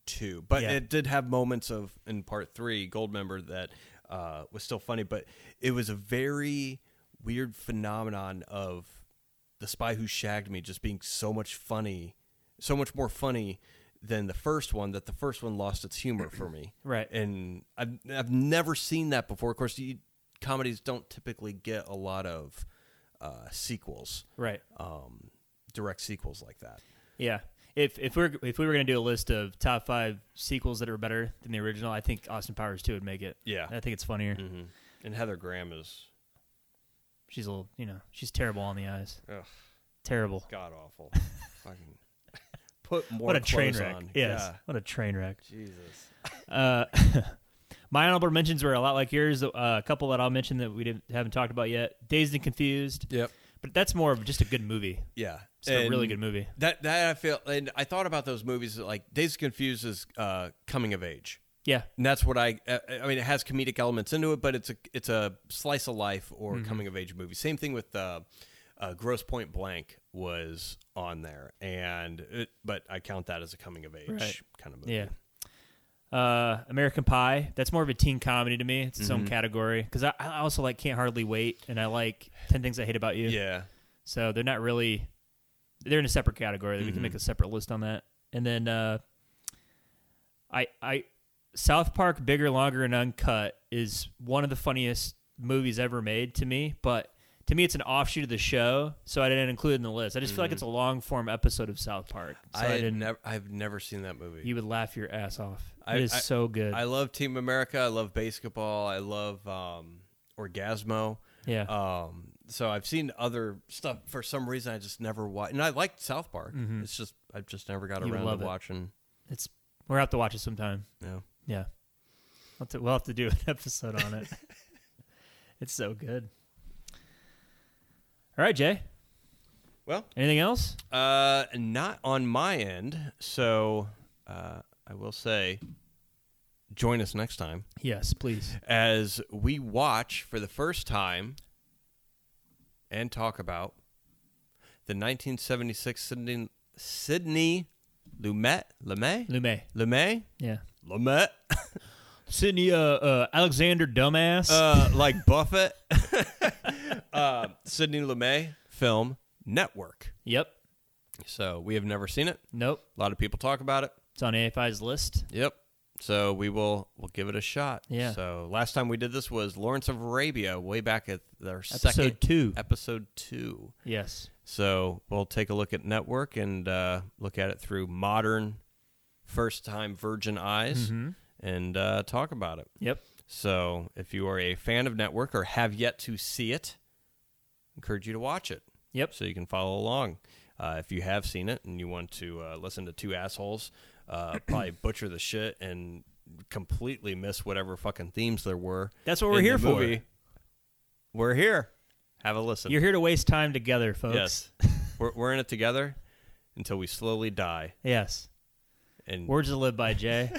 Speaker 2: two, but
Speaker 1: Yeah.
Speaker 2: it did have moments of in part three gold member that uh, was still funny, but it was a very weird phenomenon of the spy who shagged me just being so much funny, so much more funny than the first one that the first one lost its humor for me
Speaker 1: Right.
Speaker 2: and I've I've never seen that before. Of course, you, comedies don't typically get a lot of uh, sequels,
Speaker 1: Right.
Speaker 2: Um, direct sequels like that.
Speaker 1: Yeah. If if we're if we were gonna do a list of top five sequels that are better than the original, I think Austin Powers two would make it.
Speaker 2: Yeah.
Speaker 1: I think it's funnier.
Speaker 2: Mm-hmm. And Heather Graham is
Speaker 1: She's a little, you know, she's terrible on the eyes.
Speaker 2: Ugh.
Speaker 1: Terrible.
Speaker 2: god [laughs] awful. Fucking put more
Speaker 1: what a train
Speaker 2: clothes
Speaker 1: wreck.
Speaker 2: on.
Speaker 1: Yes.
Speaker 2: Yeah.
Speaker 1: What a train wreck.
Speaker 2: Jesus.
Speaker 1: [laughs] Uh, [laughs] my honorable mentions were a lot like yours. Uh, a couple that I'll mention that we didn't, haven't talked about yet: Dazed and Confused.
Speaker 2: Yep.
Speaker 1: But that's more of just a good movie.
Speaker 2: Yeah,
Speaker 1: It's a really
Speaker 2: And
Speaker 1: good movie.
Speaker 2: That that I feel, and I thought about those movies like Days Confused is uh, coming of age.
Speaker 1: Yeah.
Speaker 2: and that's what I. uh, I mean, it has comedic elements into it, but it's a it's a slice of life or
Speaker 1: Mhm.
Speaker 2: coming of age movie. Same thing with uh, uh, Gross Point Blank was on there, and it, but I count that as a coming of age
Speaker 1: Right.
Speaker 2: kind of movie.
Speaker 1: Yeah. Uh, American Pie. That's more of a teen comedy to me. It's its own
Speaker 2: Mhm.
Speaker 1: category because I, I also like Can't Hardly Wait and I like Ten Things I Hate About You.
Speaker 2: Yeah.
Speaker 1: So they're not really. They're in a separate category. We
Speaker 2: Mhm.
Speaker 1: can make a separate list on that. And then, uh, I I South Park Bigger Longer and Uncut is one of the funniest movies ever made to me. But to me, it's an offshoot of the show, so I didn't include it in the list. I just feel like
Speaker 2: Mhm.
Speaker 1: it's a long form episode of South Park. So
Speaker 2: I,
Speaker 1: Mm-hmm. I,
Speaker 2: had
Speaker 1: didn't.
Speaker 2: never. I've never seen that movie.
Speaker 1: You would laugh your ass off.
Speaker 2: I-
Speaker 1: it is
Speaker 2: I-
Speaker 1: so good.
Speaker 2: I love Team America. I love basketball. I love um, Orgasmo.
Speaker 1: Yeah.
Speaker 2: Um, so I've seen other stuff. For some reason, I just never watched. And I liked South Park.
Speaker 1: Mhm.
Speaker 2: It's just I've just never got
Speaker 1: You would
Speaker 2: around
Speaker 1: love
Speaker 2: to
Speaker 1: it.
Speaker 2: watching.
Speaker 1: It's we're out to watch it sometime.
Speaker 2: Yeah.
Speaker 1: Yeah. We'll have to, we'll have to do an [laughs] episode
Speaker 2: [laughs]
Speaker 1: on it. it's so good. All right, Jay.
Speaker 2: Well,
Speaker 1: anything else?
Speaker 2: Uh, not on my end. So uh, I will say, join us next time
Speaker 1: Yes, please.
Speaker 2: as we watch for the first time and talk about the 1976 Sydney Sydney Lumet Lemay
Speaker 1: Lumet
Speaker 2: Lemay
Speaker 1: Yeah.
Speaker 2: Lumet
Speaker 1: Sydney uh, uh Alexander Dumbass.
Speaker 2: uh, like Buffett [laughs] uh, Sydney Lumet film Network.
Speaker 1: Yep.
Speaker 2: So we have never seen it.
Speaker 1: Nope.
Speaker 2: A lot of people talk about it.
Speaker 1: It's on AFI's list.
Speaker 2: Yep. So we will we'll give it a shot.
Speaker 1: Yeah.
Speaker 2: So last time we did this was Lawrence of Arabia, way back at their second
Speaker 1: Episode two.
Speaker 2: Episode two.
Speaker 1: Yes.
Speaker 2: So we'll take a look at Network and uh, look at it through modern, first time virgin eyes,
Speaker 1: Mhm.
Speaker 2: and uh, talk about it.
Speaker 1: Yep.
Speaker 2: So if you are a fan of Network or have yet to see it, encourage you to watch it.
Speaker 1: Yep.
Speaker 2: So you can follow along. Uh, if you have seen it and you want to uh, listen to two assholes
Speaker 1: [clears throat]
Speaker 2: uh, probably butcher the shit and completely miss whatever fucking themes there were.
Speaker 1: That's what we're
Speaker 2: in
Speaker 1: here
Speaker 2: the
Speaker 1: for.
Speaker 2: movie, We're here. Have a listen.
Speaker 1: You're here to waste time together, folks. [laughs]
Speaker 2: Yes. we're, we're in it together until we slowly die.
Speaker 1: Yes.
Speaker 2: And
Speaker 1: Words to live by,
Speaker 2: [laughs]
Speaker 1: Jay.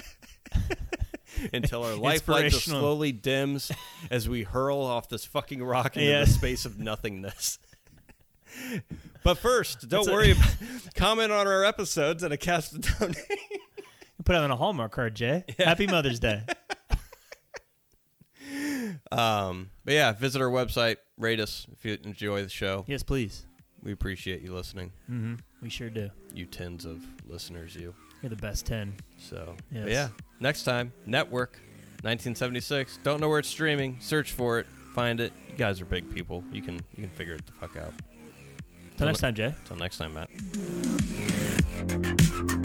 Speaker 2: until [laughs] our lifeline just
Speaker 1: Inspirational.
Speaker 2: slowly dims as we hurl off this fucking rock into
Speaker 1: Yes.
Speaker 2: the space of nothingness. [laughs] but first, don't
Speaker 1: That's a-
Speaker 2: [laughs] worry. about, comment on our episodes and a cast of donation.
Speaker 1: Put it on a Hallmark card, Jay. Happy Mother's Day.
Speaker 2: Um, but yeah, visit our website, rate us if you enjoy the show.
Speaker 1: Yes, please.
Speaker 2: We appreciate you listening.
Speaker 1: Mm-hmm. We sure do.
Speaker 2: You tens of listeners, you.
Speaker 1: You're the best ten.
Speaker 2: So
Speaker 1: Yes.
Speaker 2: but yeah, next time, Network, 1976. Don't know where it's streaming. Search for it. Find it. You guys are big people. You can you can figure it the fuck out.
Speaker 1: Till next time, Jay.
Speaker 2: Till next time, Matt.
Speaker 16: Thank you.